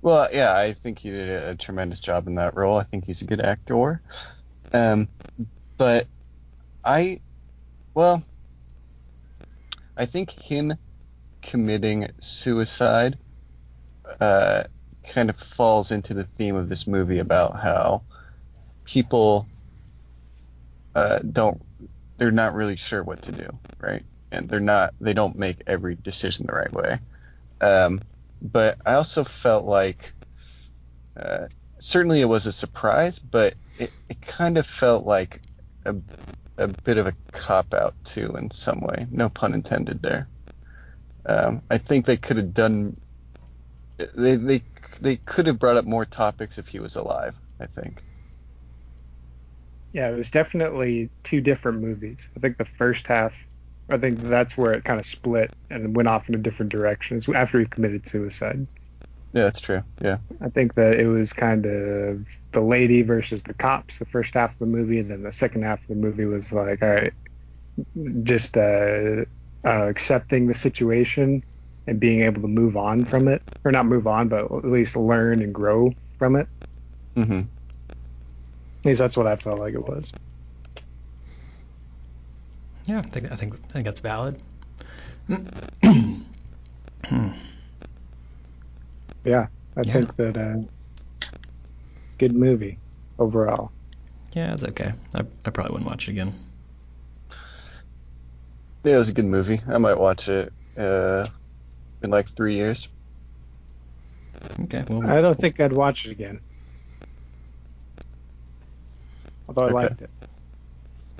[SPEAKER 3] Well, yeah, I think he did a tremendous job in that role. I think he's a good actor. Um, but I, well, I think him committing suicide uh, kind of falls into the theme of this movie about how people uh, don't, they're not really sure what to do, right? And they're not, they don't make every decision the right way. Um, but I also felt like uh, certainly it was a surprise, but it, it kind of felt like a, a bit of a cop out too in some way. No pun intended there. Um, I think they could have done they, they they could have brought up more topics if he was alive. I think.
[SPEAKER 1] Yeah, it was definitely two different movies. I think the first half, I think that's where it kind of split and went off in a different direction. It's after he committed suicide.
[SPEAKER 3] Yeah, that's true. Yeah.
[SPEAKER 1] I think that it was kind of the lady versus the cops the first half of the movie, and then the second half of the movie was like, all right, just uh, uh, accepting the situation and being able to move on from it, or not move on, but at least learn and grow from it.
[SPEAKER 3] Mm-hmm.
[SPEAKER 1] At least that's what I felt like it was.
[SPEAKER 2] Yeah, I think I think I think that's valid.
[SPEAKER 1] Yeah, I
[SPEAKER 2] Yeah.
[SPEAKER 1] think that uh, good movie overall.
[SPEAKER 2] Yeah, it's okay. I, I probably wouldn't watch it again.
[SPEAKER 3] Yeah, it was a good movie. I might watch it uh, in like three years.
[SPEAKER 2] Okay, well,
[SPEAKER 1] I don't think I'd watch it again. Although I
[SPEAKER 3] Okay.
[SPEAKER 1] liked it.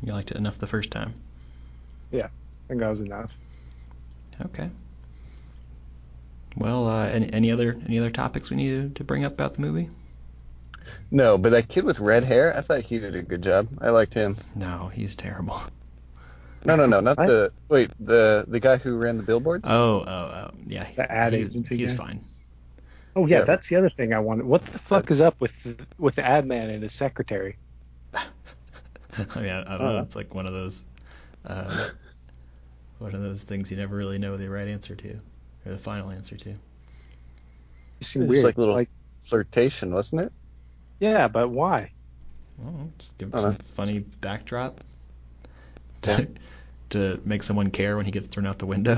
[SPEAKER 2] you liked it enough the first time.
[SPEAKER 1] I think that was enough.
[SPEAKER 2] Okay. Well, uh, any, any other any other topics we need to bring up about the movie?
[SPEAKER 3] No, but that kid with red hair, I thought he did a good job. I liked him.
[SPEAKER 2] No, he's terrible.
[SPEAKER 3] No, no, no, not
[SPEAKER 1] What?
[SPEAKER 3] the wait the the guy who ran the billboards.
[SPEAKER 2] Oh, oh, oh yeah. he-
[SPEAKER 1] The ad
[SPEAKER 2] he was-
[SPEAKER 1] agency
[SPEAKER 2] He's
[SPEAKER 1] guy.
[SPEAKER 2] fine.
[SPEAKER 1] Oh yeah,
[SPEAKER 3] Yeah.
[SPEAKER 1] that's the other thing I wanted. What the fuck is up with with the ad man and his secretary?
[SPEAKER 2] I mean, I, I don't know.
[SPEAKER 1] Uh.
[SPEAKER 2] It's like one of those, uh, one of those things you never really know the right answer to, or the final answer to.
[SPEAKER 1] It
[SPEAKER 3] It
[SPEAKER 1] seemed
[SPEAKER 3] was
[SPEAKER 1] weird.
[SPEAKER 3] like
[SPEAKER 1] Like,
[SPEAKER 3] little- Flirtation, wasn't it?
[SPEAKER 1] yeah, but why?
[SPEAKER 2] I don't know, just give it
[SPEAKER 3] Oh,
[SPEAKER 2] some
[SPEAKER 3] that's-
[SPEAKER 2] funny backdrop
[SPEAKER 3] Yeah.
[SPEAKER 2] to, to make someone care when he gets thrown out the window.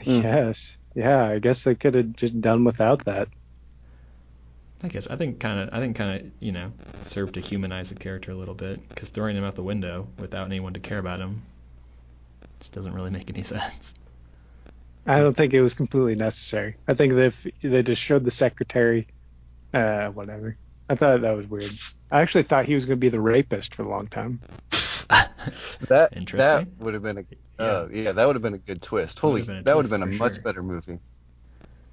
[SPEAKER 3] Mm.
[SPEAKER 1] Yes. Yeah, I guess they could have just done without that.
[SPEAKER 2] I guess I think kind of I think kind of you know served to humanize the character a little bit because throwing him out the window without anyone to care about him just doesn't really make any sense.
[SPEAKER 1] I don't think it was completely necessary. I think that if they just showed the secretary, uh, whatever. I thought that was weird. I actually thought he was going to be the rapist for a long time.
[SPEAKER 3] That that
[SPEAKER 2] Interesting.
[SPEAKER 3] would have been a oh yeah that would have been a good twist. Holy,
[SPEAKER 2] Would've been a
[SPEAKER 3] that would have
[SPEAKER 2] twist
[SPEAKER 3] been a
[SPEAKER 2] for
[SPEAKER 3] much
[SPEAKER 2] sure.
[SPEAKER 3] better movie.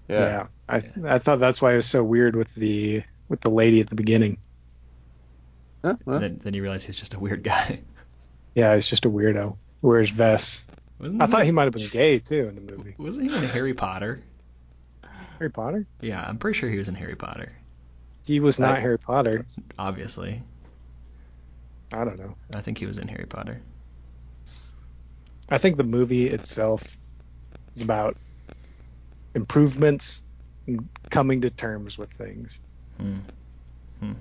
[SPEAKER 1] Yeah.
[SPEAKER 3] Yeah.
[SPEAKER 1] I I thought that's why it was so weird with the with the lady at the beginning.
[SPEAKER 3] Huh? Huh?
[SPEAKER 2] Then, then you realize he's just a weird guy.
[SPEAKER 1] Yeah, he's just a weirdo. Wears vests.
[SPEAKER 2] Wasn't
[SPEAKER 1] I thought he might have been gay too in the movie.
[SPEAKER 2] wasn't he in Harry Potter.
[SPEAKER 1] Harry Potter?
[SPEAKER 2] Yeah, I'm pretty sure he was in Harry Potter.
[SPEAKER 1] He was not
[SPEAKER 3] I-
[SPEAKER 1] Harry Potter.
[SPEAKER 2] Obviously,
[SPEAKER 1] I don't know.
[SPEAKER 2] I think he was in Harry Potter.
[SPEAKER 1] I think the movie itself is about improvements and coming to terms with things.
[SPEAKER 2] Hmm.
[SPEAKER 1] I
[SPEAKER 2] I think,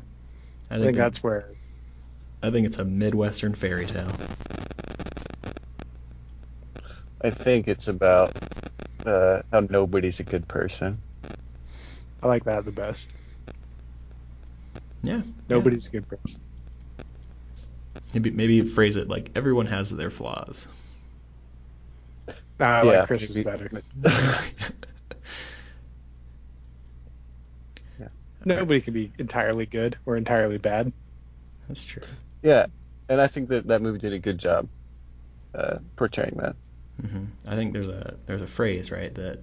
[SPEAKER 1] think
[SPEAKER 2] that's
[SPEAKER 1] that's where
[SPEAKER 2] I think it's a midwestern fairy tale.
[SPEAKER 3] I think it's about uh, how nobody's a good person.
[SPEAKER 1] I like that the best.
[SPEAKER 2] Yeah, yeah.
[SPEAKER 1] Nobody's a good person.
[SPEAKER 2] Maybe maybe phrase it like everyone has their flaws.
[SPEAKER 1] Nah, I
[SPEAKER 3] Yeah,
[SPEAKER 1] like Chris's
[SPEAKER 3] maybe-
[SPEAKER 1] better.
[SPEAKER 3] Yeah.
[SPEAKER 1] Nobody can be entirely good or entirely bad.
[SPEAKER 2] That's true.
[SPEAKER 3] Yeah, and I think that that movie did a good job uh, portraying that.
[SPEAKER 2] hmm I think there's a there's a phrase right that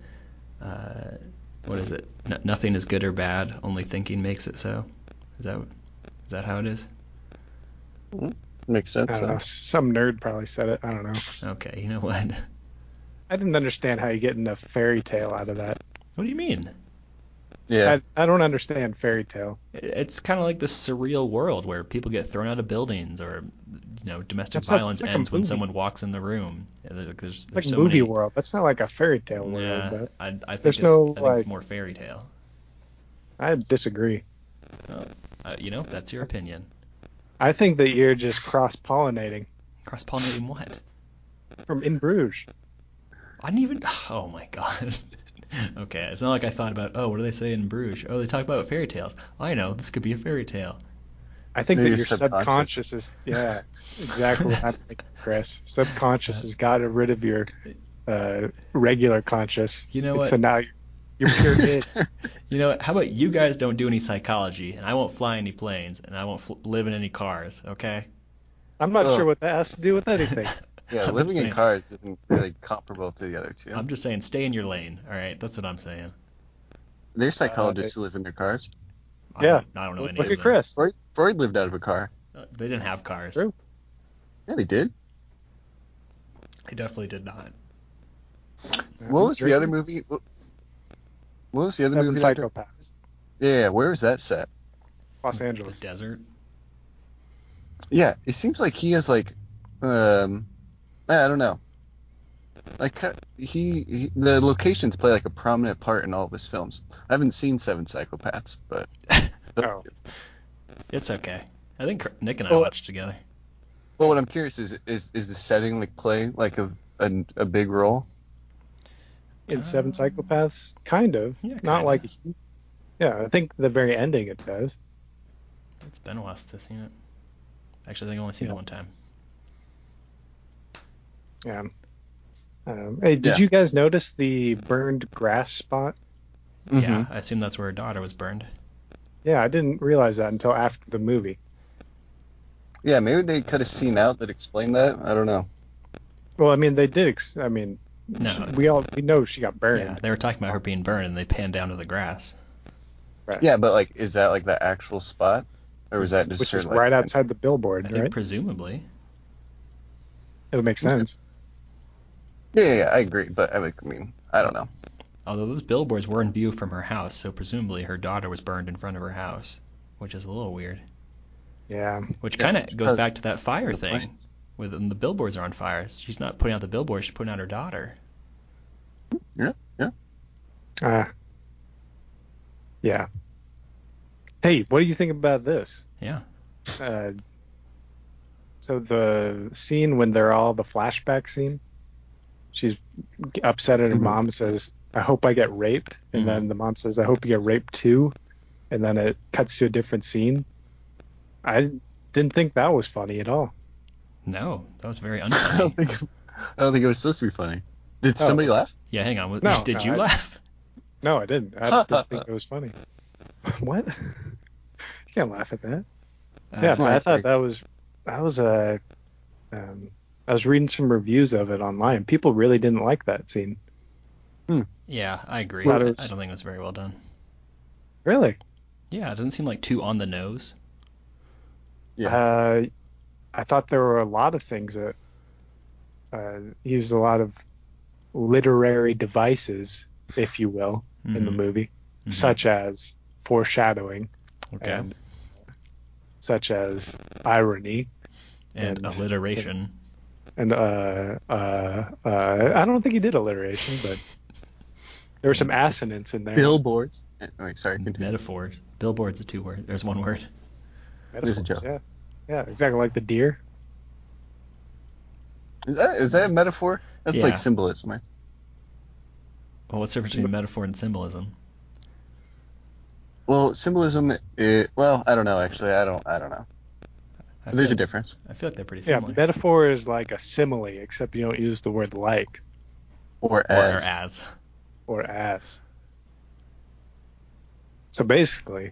[SPEAKER 2] uh, what is it? N- nothing is good or bad. Only thinking makes it so. Is that what- Is that how it is?
[SPEAKER 3] Makes sense.
[SPEAKER 1] I don't know.
[SPEAKER 3] Though.
[SPEAKER 1] Some nerd probably said it. I don't know.
[SPEAKER 2] Okay, you know what?
[SPEAKER 1] I didn't understand how you get enough fairy tale out of that.
[SPEAKER 2] What do you mean?
[SPEAKER 3] Yeah.
[SPEAKER 1] I, I don't understand fairy tale.
[SPEAKER 2] It- It's kind of like this surreal world where people get thrown out of buildings, or you know, domestic
[SPEAKER 1] That's like-
[SPEAKER 2] violence
[SPEAKER 1] like a
[SPEAKER 2] ends when
[SPEAKER 1] movie.
[SPEAKER 2] someone walks in the room. Yeah, there- There's,
[SPEAKER 1] It's like
[SPEAKER 2] there's so
[SPEAKER 1] movie
[SPEAKER 2] many-
[SPEAKER 1] world. That's not like a fairy tale world.
[SPEAKER 2] Yeah,
[SPEAKER 1] But
[SPEAKER 2] I, I think
[SPEAKER 1] There's
[SPEAKER 2] it's,
[SPEAKER 1] no,
[SPEAKER 2] I think
[SPEAKER 1] like-
[SPEAKER 2] it's more fairy tale.
[SPEAKER 1] I disagree.
[SPEAKER 2] Uh, you know, that's your opinion.
[SPEAKER 1] I think that you're just cross pollinating
[SPEAKER 2] Cross pollinating what?
[SPEAKER 1] from in Bruges.
[SPEAKER 2] I didn't even. Oh my god. okay, it's not like I thought about. Oh, what do they say in Bruges? Oh, they talk about fairy tales. I know this could be a fairy tale.
[SPEAKER 1] I think
[SPEAKER 3] Maybe
[SPEAKER 1] that your
[SPEAKER 3] subconscious.
[SPEAKER 1] subconscious is yeah, exactly what I'm thinking, Chris. Subconscious has got rid of your uh, regular conscious.
[SPEAKER 2] You know
[SPEAKER 1] And
[SPEAKER 2] what?
[SPEAKER 1] So now you're, you're pure id.
[SPEAKER 2] You know, what? how about you guys don't do any psychology, and I won't fly any planes, and I won't fl- live in any cars. Okay.
[SPEAKER 1] I'm not
[SPEAKER 3] Ugh.
[SPEAKER 1] sure what that has to do with anything.
[SPEAKER 3] yeah,
[SPEAKER 2] I'm
[SPEAKER 3] living in
[SPEAKER 2] saying-
[SPEAKER 3] cars isn't really comparable to the other two.
[SPEAKER 2] I'm just saying, stay in your lane. All right, that's what I'm saying. Uh,
[SPEAKER 3] There's psychologists who live in their cars.
[SPEAKER 2] I
[SPEAKER 1] Yeah.
[SPEAKER 2] don't- I don't know any
[SPEAKER 1] Look
[SPEAKER 2] of
[SPEAKER 1] at
[SPEAKER 2] them.
[SPEAKER 1] Chris.
[SPEAKER 3] Freud, Freud lived out of a car.
[SPEAKER 2] Uh, They didn't have cars.
[SPEAKER 1] True.
[SPEAKER 3] Yeah, they did.
[SPEAKER 2] They definitely did not.
[SPEAKER 3] What was the other movie? What what was the other
[SPEAKER 1] Seven
[SPEAKER 3] movie? that-
[SPEAKER 1] psychopaths.
[SPEAKER 3] Yeah, where was that set?
[SPEAKER 1] Los
[SPEAKER 2] The
[SPEAKER 1] Angeles.
[SPEAKER 2] desert.
[SPEAKER 3] Yeah, it seems like he has like, um, I don't know. Like ki- he, he, the locations play like a prominent part in all of his films. I haven't seen Seven Psychopaths, but
[SPEAKER 1] Oh.
[SPEAKER 2] It's okay. I think Cr- Nick and I
[SPEAKER 3] Well-
[SPEAKER 2] watched together.
[SPEAKER 3] well, what I'm curious is is is the setting like play like a a, a big role?
[SPEAKER 1] In Seven
[SPEAKER 2] Um,
[SPEAKER 1] Psychopaths, kind of.
[SPEAKER 2] yeah,
[SPEAKER 1] Not
[SPEAKER 2] kinda.
[SPEAKER 1] like. a hu- Yeah, I think the very ending it does.
[SPEAKER 2] It's been a while since I've seen it. Actually, I think I only seen it one time.
[SPEAKER 1] Yeah. Um, hey, did
[SPEAKER 3] Yeah.
[SPEAKER 1] you guys notice the burned grass spot? Mm-hmm.
[SPEAKER 2] Yeah, I assume that's where her daughter was burned.
[SPEAKER 1] Yeah, I didn't realize that until after the movie.
[SPEAKER 3] Yeah, maybe they cut a scene out that explained that. I don't know.
[SPEAKER 1] Well, I mean, they did. Ex- I mean,
[SPEAKER 2] No.
[SPEAKER 1] we all we know she got burned.
[SPEAKER 2] Yeah, they were talking about her being burned, and they panned down to the grass.
[SPEAKER 3] Yeah, but like, is that like the actual spot, or was that just
[SPEAKER 1] which
[SPEAKER 3] sort
[SPEAKER 1] is
[SPEAKER 3] of, like,
[SPEAKER 1] right outside the
[SPEAKER 2] I
[SPEAKER 1] billboard,
[SPEAKER 2] think
[SPEAKER 1] right?
[SPEAKER 2] presumably.
[SPEAKER 1] it would make sense.
[SPEAKER 3] Yeah, yeah, yeah, I agree, but I like, I mean, I don't know.
[SPEAKER 2] Although those billboards were in view from her house, so presumably her daughter was burned in front of her house, which is a little weird.
[SPEAKER 1] Yeah,
[SPEAKER 2] Which
[SPEAKER 3] Yeah,
[SPEAKER 2] kind of goes
[SPEAKER 3] uh,
[SPEAKER 2] back to that fire thing.
[SPEAKER 3] plane.
[SPEAKER 2] With and the billboards are on fire. She's not putting out the billboard. She's putting out her daughter.
[SPEAKER 1] uh, yeah. Hey, what do you think about this?
[SPEAKER 2] Yeah.
[SPEAKER 1] Uh, so the scene when they're all the flashback scene, she's upset at her
[SPEAKER 3] Mhm.
[SPEAKER 1] mom. Says, "I hope I get raped," and
[SPEAKER 2] Mhm.
[SPEAKER 1] then the mom says, "I hope you get raped too," and then it cuts to a different scene. I didn't think that was funny at all.
[SPEAKER 2] No, that was very
[SPEAKER 3] I
[SPEAKER 2] unfunny.
[SPEAKER 3] don't think I don't think it was supposed to be funny. Did
[SPEAKER 1] Oh.
[SPEAKER 3] somebody laugh?
[SPEAKER 2] yeah, hang on. Was-
[SPEAKER 1] No,
[SPEAKER 2] did
[SPEAKER 1] no,
[SPEAKER 2] you
[SPEAKER 1] I-
[SPEAKER 2] laugh?
[SPEAKER 1] No, I didn't. I didn't think it was funny. what? you can't laugh at that. yeah,
[SPEAKER 2] Uh,
[SPEAKER 1] but I
[SPEAKER 3] I
[SPEAKER 1] thought
[SPEAKER 3] think-
[SPEAKER 1] that was that was a. Um, I was reading some reviews of it online. People really didn't like that scene.
[SPEAKER 2] yeah, I agree.
[SPEAKER 1] Well,
[SPEAKER 2] I,
[SPEAKER 1] it's-
[SPEAKER 2] I don't think it was very well done.
[SPEAKER 1] Really?
[SPEAKER 2] Yeah, it doesn't seem like too on the nose.
[SPEAKER 3] Yeah.
[SPEAKER 1] Uh, I thought there were a lot of things that uh, used a lot of literary devices, if you will, in the
[SPEAKER 2] Mhm.
[SPEAKER 1] movie,
[SPEAKER 2] Mhm.
[SPEAKER 1] such as foreshadowing,
[SPEAKER 2] okay.
[SPEAKER 1] and such as irony,
[SPEAKER 2] and,
[SPEAKER 1] and-
[SPEAKER 2] alliteration.
[SPEAKER 1] and uh, uh, uh, I don't think he did alliteration, but there were some assonance in there.
[SPEAKER 3] Billboards. Eh, Wait,
[SPEAKER 2] Mm-hmm.
[SPEAKER 3] sorry. Continue.
[SPEAKER 2] Metaphors. Billboard's a two word. There's one word.
[SPEAKER 1] Metaphors,
[SPEAKER 3] There's a joke.
[SPEAKER 1] Yeah, yeah, exactly like the deer.
[SPEAKER 3] Is that is that a metaphor? That's
[SPEAKER 2] Yeah.
[SPEAKER 3] like symbolism, right?
[SPEAKER 2] Well, what's the difference between metaphor and symbolism?
[SPEAKER 3] Well, symbolism. It, well, I don't know. Actually, I don't. I don't know.
[SPEAKER 2] I
[SPEAKER 3] There's
[SPEAKER 2] feel,
[SPEAKER 3] a difference.
[SPEAKER 2] I feel like they're pretty
[SPEAKER 1] Yeah,
[SPEAKER 2] similar.
[SPEAKER 1] metaphor is like a simile, except you don't use the word like
[SPEAKER 3] Or
[SPEAKER 2] or, or
[SPEAKER 3] as.
[SPEAKER 2] as.
[SPEAKER 1] or as. So basically,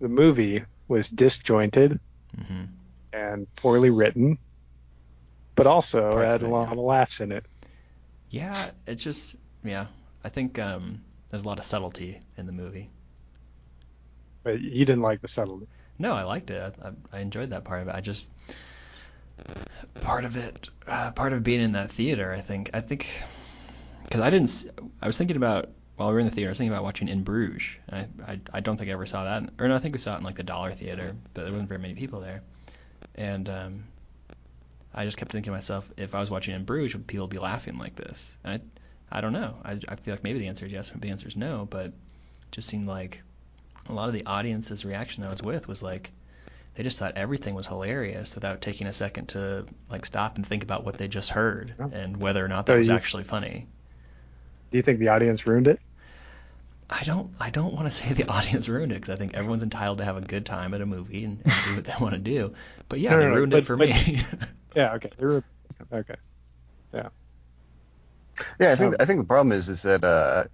[SPEAKER 1] the movie was disjointed
[SPEAKER 2] hmm
[SPEAKER 1] and poorly written, but also
[SPEAKER 2] Parts
[SPEAKER 1] had
[SPEAKER 2] of
[SPEAKER 1] a
[SPEAKER 2] it,
[SPEAKER 1] lot of laughs in it.
[SPEAKER 2] Yeah, it's just yeah. I think um, there's a lot of subtlety in the movie.
[SPEAKER 1] But you didn't like the subtlety.
[SPEAKER 2] No, I liked it. I, I, I enjoyed that part of it. I just part of it, uh, part of being in that theater. I think. I think because I didn't. s- I was thinking about while we were in the theater. I was thinking about watching In Bruges. And I, I I don't think I ever saw that. in- Or no, I think we saw it in like the Dollar Theater, but there wasn't very many people there. And um, I just kept thinking to myself, if I was watching In Bruges, would people be laughing like this? And I I don't know. I I feel like maybe the answer is yes, maybe the answer is no. But it just seemed like a lot of the audience's reaction that I was with was like they just thought everything was hilarious without taking a second to like stop and think about what they just heard
[SPEAKER 1] Yeah.
[SPEAKER 2] and whether or not that
[SPEAKER 1] So
[SPEAKER 2] was
[SPEAKER 1] you-
[SPEAKER 2] actually funny.
[SPEAKER 1] Do you think the audience ruined it?
[SPEAKER 2] I don't I don't want to say the audience ruined it because I think everyone's entitled to have a good time at a movie and, and do what they want to do. But yeah,
[SPEAKER 1] No,
[SPEAKER 2] they
[SPEAKER 1] no, no,
[SPEAKER 2] ruined it
[SPEAKER 1] but-
[SPEAKER 2] for
[SPEAKER 1] but-
[SPEAKER 2] me.
[SPEAKER 1] Yeah. Okay. They were, okay.
[SPEAKER 3] Yeah, I think
[SPEAKER 1] Um,
[SPEAKER 3] I think the problem is is that uh,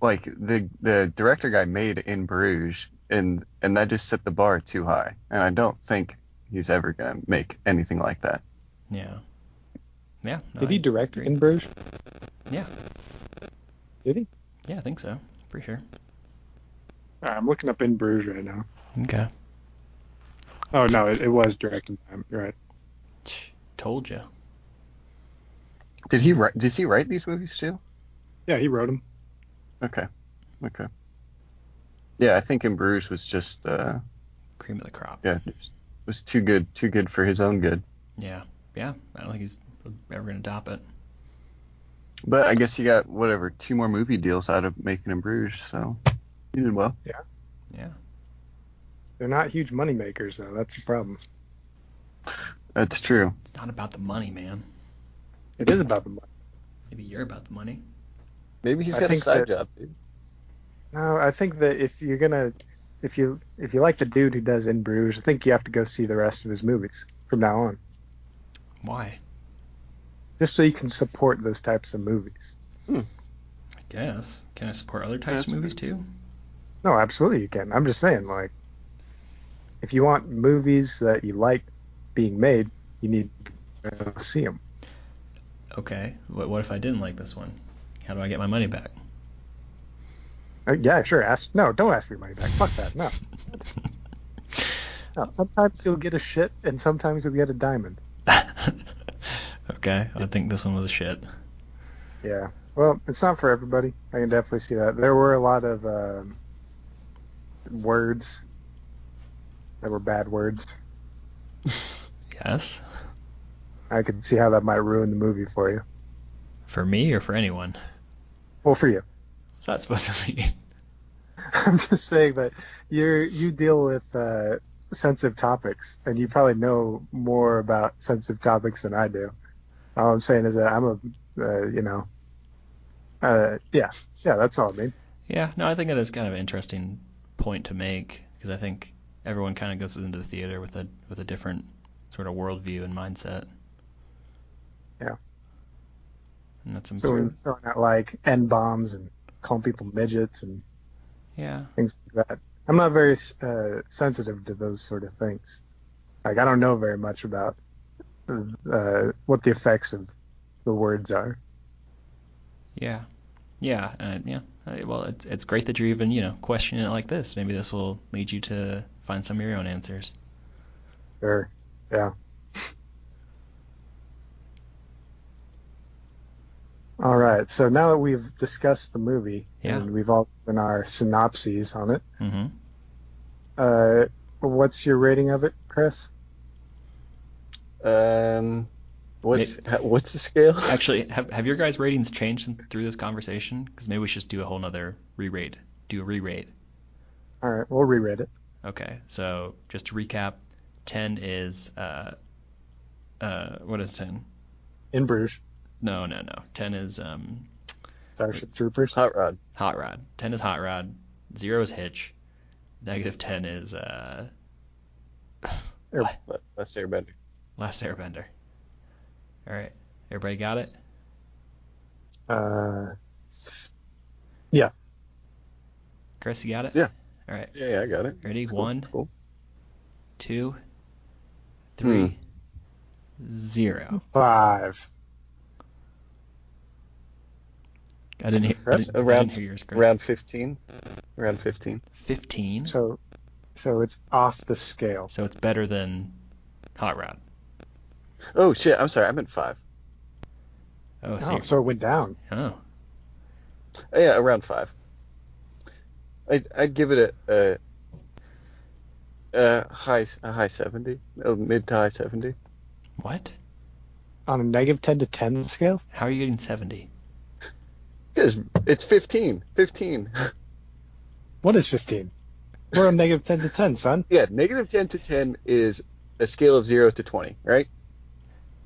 [SPEAKER 3] like the the director guy made in Bruges, and and that just set the bar too high, and I don't think he's ever gonna make anything like that.
[SPEAKER 2] yeah. Yeah. no,
[SPEAKER 1] Did
[SPEAKER 2] I-
[SPEAKER 1] he direct
[SPEAKER 2] agree.
[SPEAKER 1] in Bruges?
[SPEAKER 2] Yeah.
[SPEAKER 1] Did he?
[SPEAKER 2] Yeah, I think so. Pretty sure.
[SPEAKER 1] All right, Uh, I'm looking up in Bruges right now.
[SPEAKER 2] Okay.
[SPEAKER 1] Oh no, it, it was directed by him. You're right.
[SPEAKER 2] Told you.
[SPEAKER 3] Did he write? Does he write these movies too?
[SPEAKER 1] Yeah, he wrote him.
[SPEAKER 3] Okay, okay. Yeah, I think in Bruges was just uh,
[SPEAKER 2] Cream of the crop.
[SPEAKER 3] yeah just- was too good, too good for his own good.
[SPEAKER 2] Yeah. Yeah. I don't think he's ever going to top it.
[SPEAKER 3] But I guess he got whatever two more movie deals out of making in Bruges, so he did well.
[SPEAKER 2] Yeah.
[SPEAKER 1] They're not huge money makers though. That's the problem.
[SPEAKER 3] That's true.
[SPEAKER 2] It's not about the money, man.
[SPEAKER 1] It is about the money.
[SPEAKER 2] Maybe you're about the money.
[SPEAKER 3] Maybe he's
[SPEAKER 1] I
[SPEAKER 3] got a
[SPEAKER 1] think
[SPEAKER 3] side
[SPEAKER 1] that-
[SPEAKER 3] job. Dude.
[SPEAKER 1] No, I think that if you're gonna, if you if you like the dude who does in Bruges, I think you have to go see the rest of his movies from now on,
[SPEAKER 2] Why?
[SPEAKER 1] just so you can support those types of movies.
[SPEAKER 2] I guess. Can I support other types
[SPEAKER 3] That's
[SPEAKER 2] of movies too?
[SPEAKER 1] No, absolutely you can. I'm just saying, like, if you want movies that you like being made, you need to go see them.
[SPEAKER 2] Okay. What, what if I didn't like this one? How do I get my money back?
[SPEAKER 1] Uh, yeah, sure. Ask no, don't ask for your money back. Fuck that. No. no. Sometimes you'll get a shit, and sometimes you'll get a diamond.
[SPEAKER 2] okay. I think this one was a shit.
[SPEAKER 1] Yeah. Well, it's not for everybody. I can definitely see that. There were a lot of um, words that were bad words.
[SPEAKER 2] Yes.
[SPEAKER 1] I could see how that might ruin the movie for you.
[SPEAKER 2] For me or for anyone?
[SPEAKER 1] Well, for you.
[SPEAKER 2] What's that supposed to mean?
[SPEAKER 1] I'm just saying that you're you deal with uh, sensitive topics, and you probably know more about sensitive topics than I do. All I'm saying is that I'm a uh, you know, uh, yeah, yeah. That's all I mean.
[SPEAKER 2] Yeah, no, I think that is kind of an interesting point to make because I think everyone kind of goes into the theater with a with a different sort of worldview and mindset.
[SPEAKER 1] Yeah.
[SPEAKER 2] And that's
[SPEAKER 1] So we're
[SPEAKER 2] important.
[SPEAKER 1] throwing out like n bombs and calling people midgets and
[SPEAKER 2] yeah.
[SPEAKER 1] things like that. I'm not very uh, sensitive to those sort of things. Like I don't know very much about uh, what the effects of the words are.
[SPEAKER 2] Yeah, yeah, uh, yeah. Uh, Well, it's it's great that you're even you know questioning it like this. Maybe this will lead you to find some of your own answers.
[SPEAKER 1] Or yeah. All right. So now that we've discussed the movie
[SPEAKER 2] Yeah.
[SPEAKER 1] and we've all done our synopses on it,
[SPEAKER 2] hmm
[SPEAKER 1] uh, what's your rating of it, Chris?
[SPEAKER 3] Um, what's ha- what's the scale?
[SPEAKER 2] Actually, have have your guys' ratings changed in- through this conversation? Because maybe we should just do a whole nother re-rate. Do a re-rate.
[SPEAKER 1] All right, we'll rerate it.
[SPEAKER 2] Okay, so just to recap, ten is uh, uh, what is ten?
[SPEAKER 1] In Bruges,
[SPEAKER 2] No, no, no. Ten is um,
[SPEAKER 1] Starship Troopers.
[SPEAKER 3] Hot rod.
[SPEAKER 2] hot rod. Ten is hot rod. Zero is hitch. Negative ten is uh,
[SPEAKER 3] Let- Let's take a bender.
[SPEAKER 2] last airbender. All right, everybody got it.
[SPEAKER 1] Uh,
[SPEAKER 2] Chris, you got it?
[SPEAKER 3] Yeah.
[SPEAKER 2] All right.
[SPEAKER 3] Yeah, yeah, I got it.
[SPEAKER 2] Ready?
[SPEAKER 3] It's cool,
[SPEAKER 2] One,
[SPEAKER 3] it's cool.
[SPEAKER 2] two, three, zero.
[SPEAKER 1] five.
[SPEAKER 2] I didn't hear. I
[SPEAKER 1] Chris,
[SPEAKER 2] didn't, I
[SPEAKER 3] around-
[SPEAKER 2] didn't hear yours, Chris.
[SPEAKER 3] Round fifteen. Round fifteen.
[SPEAKER 2] Fifteen.
[SPEAKER 1] So So it's off the scale.
[SPEAKER 2] So it's better than Hot Rod.
[SPEAKER 3] Oh shit! I'm sorry. I meant five.
[SPEAKER 2] Oh, so,
[SPEAKER 1] Oh,
[SPEAKER 2] you're-
[SPEAKER 1] so it went down.
[SPEAKER 2] oh.
[SPEAKER 3] Oh, Yeah, around five. I'd, I'd give it a, a, a high a high seventy, a mid to high seventy.
[SPEAKER 2] what?
[SPEAKER 1] On a negative 10 to 10 scale?
[SPEAKER 2] How are you getting seventy?
[SPEAKER 3] Because it's 15. 15.
[SPEAKER 1] What is 15? We're on negative 10 to 10, son.
[SPEAKER 3] yeah, negative 10 to 10 is a scale of 0 to 20, right?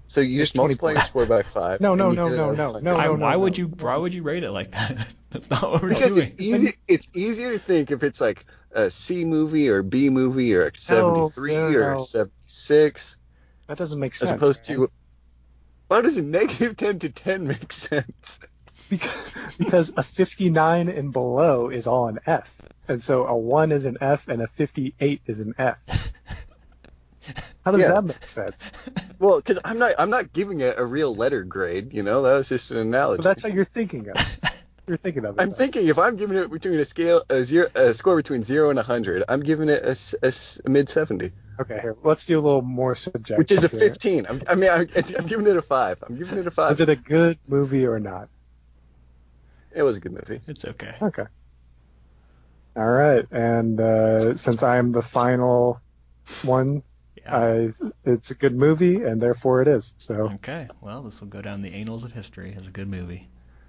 [SPEAKER 3] So you
[SPEAKER 1] It's
[SPEAKER 3] just multiply your score by 5.
[SPEAKER 1] No,
[SPEAKER 3] and
[SPEAKER 1] no,
[SPEAKER 3] you
[SPEAKER 1] no,
[SPEAKER 3] get
[SPEAKER 1] no,
[SPEAKER 3] it
[SPEAKER 1] no,
[SPEAKER 3] out.
[SPEAKER 1] no,
[SPEAKER 2] I,
[SPEAKER 1] no,
[SPEAKER 2] why
[SPEAKER 1] no.
[SPEAKER 2] would you? Why would you rate it like that? That's not what we're
[SPEAKER 3] Because
[SPEAKER 2] doing.
[SPEAKER 3] it's, easy, it's easier to think if it's like a C movie or B movie or a 73
[SPEAKER 1] no,
[SPEAKER 3] or
[SPEAKER 1] no.
[SPEAKER 3] 76
[SPEAKER 1] That doesn't make
[SPEAKER 3] as
[SPEAKER 1] sense.
[SPEAKER 3] opposed
[SPEAKER 1] man.
[SPEAKER 3] to. Why does a negative 10 to 10 make sense?
[SPEAKER 1] because, because a 59 and below is all an F. And so a 1 is an F and a 58 is an F. How does
[SPEAKER 3] Yeah.
[SPEAKER 1] that make sense?
[SPEAKER 3] Well, because I'm not I'm not giving it a real letter grade, you know. That was just an analogy.
[SPEAKER 1] But that's how you're thinking of it. You're thinking of it.
[SPEAKER 3] I'm
[SPEAKER 1] though.
[SPEAKER 3] thinking if I'm giving it between a scale a zero a score between zero and a hundred, I'm giving it a, s- a s- a mid seventy,
[SPEAKER 1] Okay, here. Let's do a little more subjective.
[SPEAKER 3] which is a
[SPEAKER 1] here.
[SPEAKER 3] fifteen. I'm, I mean, I'm, I'm giving it a five. I'm giving it a five.
[SPEAKER 1] Was it a good movie or not?
[SPEAKER 3] it was a good movie.
[SPEAKER 2] It's okay.
[SPEAKER 1] Okay. All right, and uh, since I am the final one,
[SPEAKER 2] Yeah.
[SPEAKER 1] I, it's a good movie, and therefore it is. So
[SPEAKER 2] okay. Well, this will go down the annals of history as a good movie.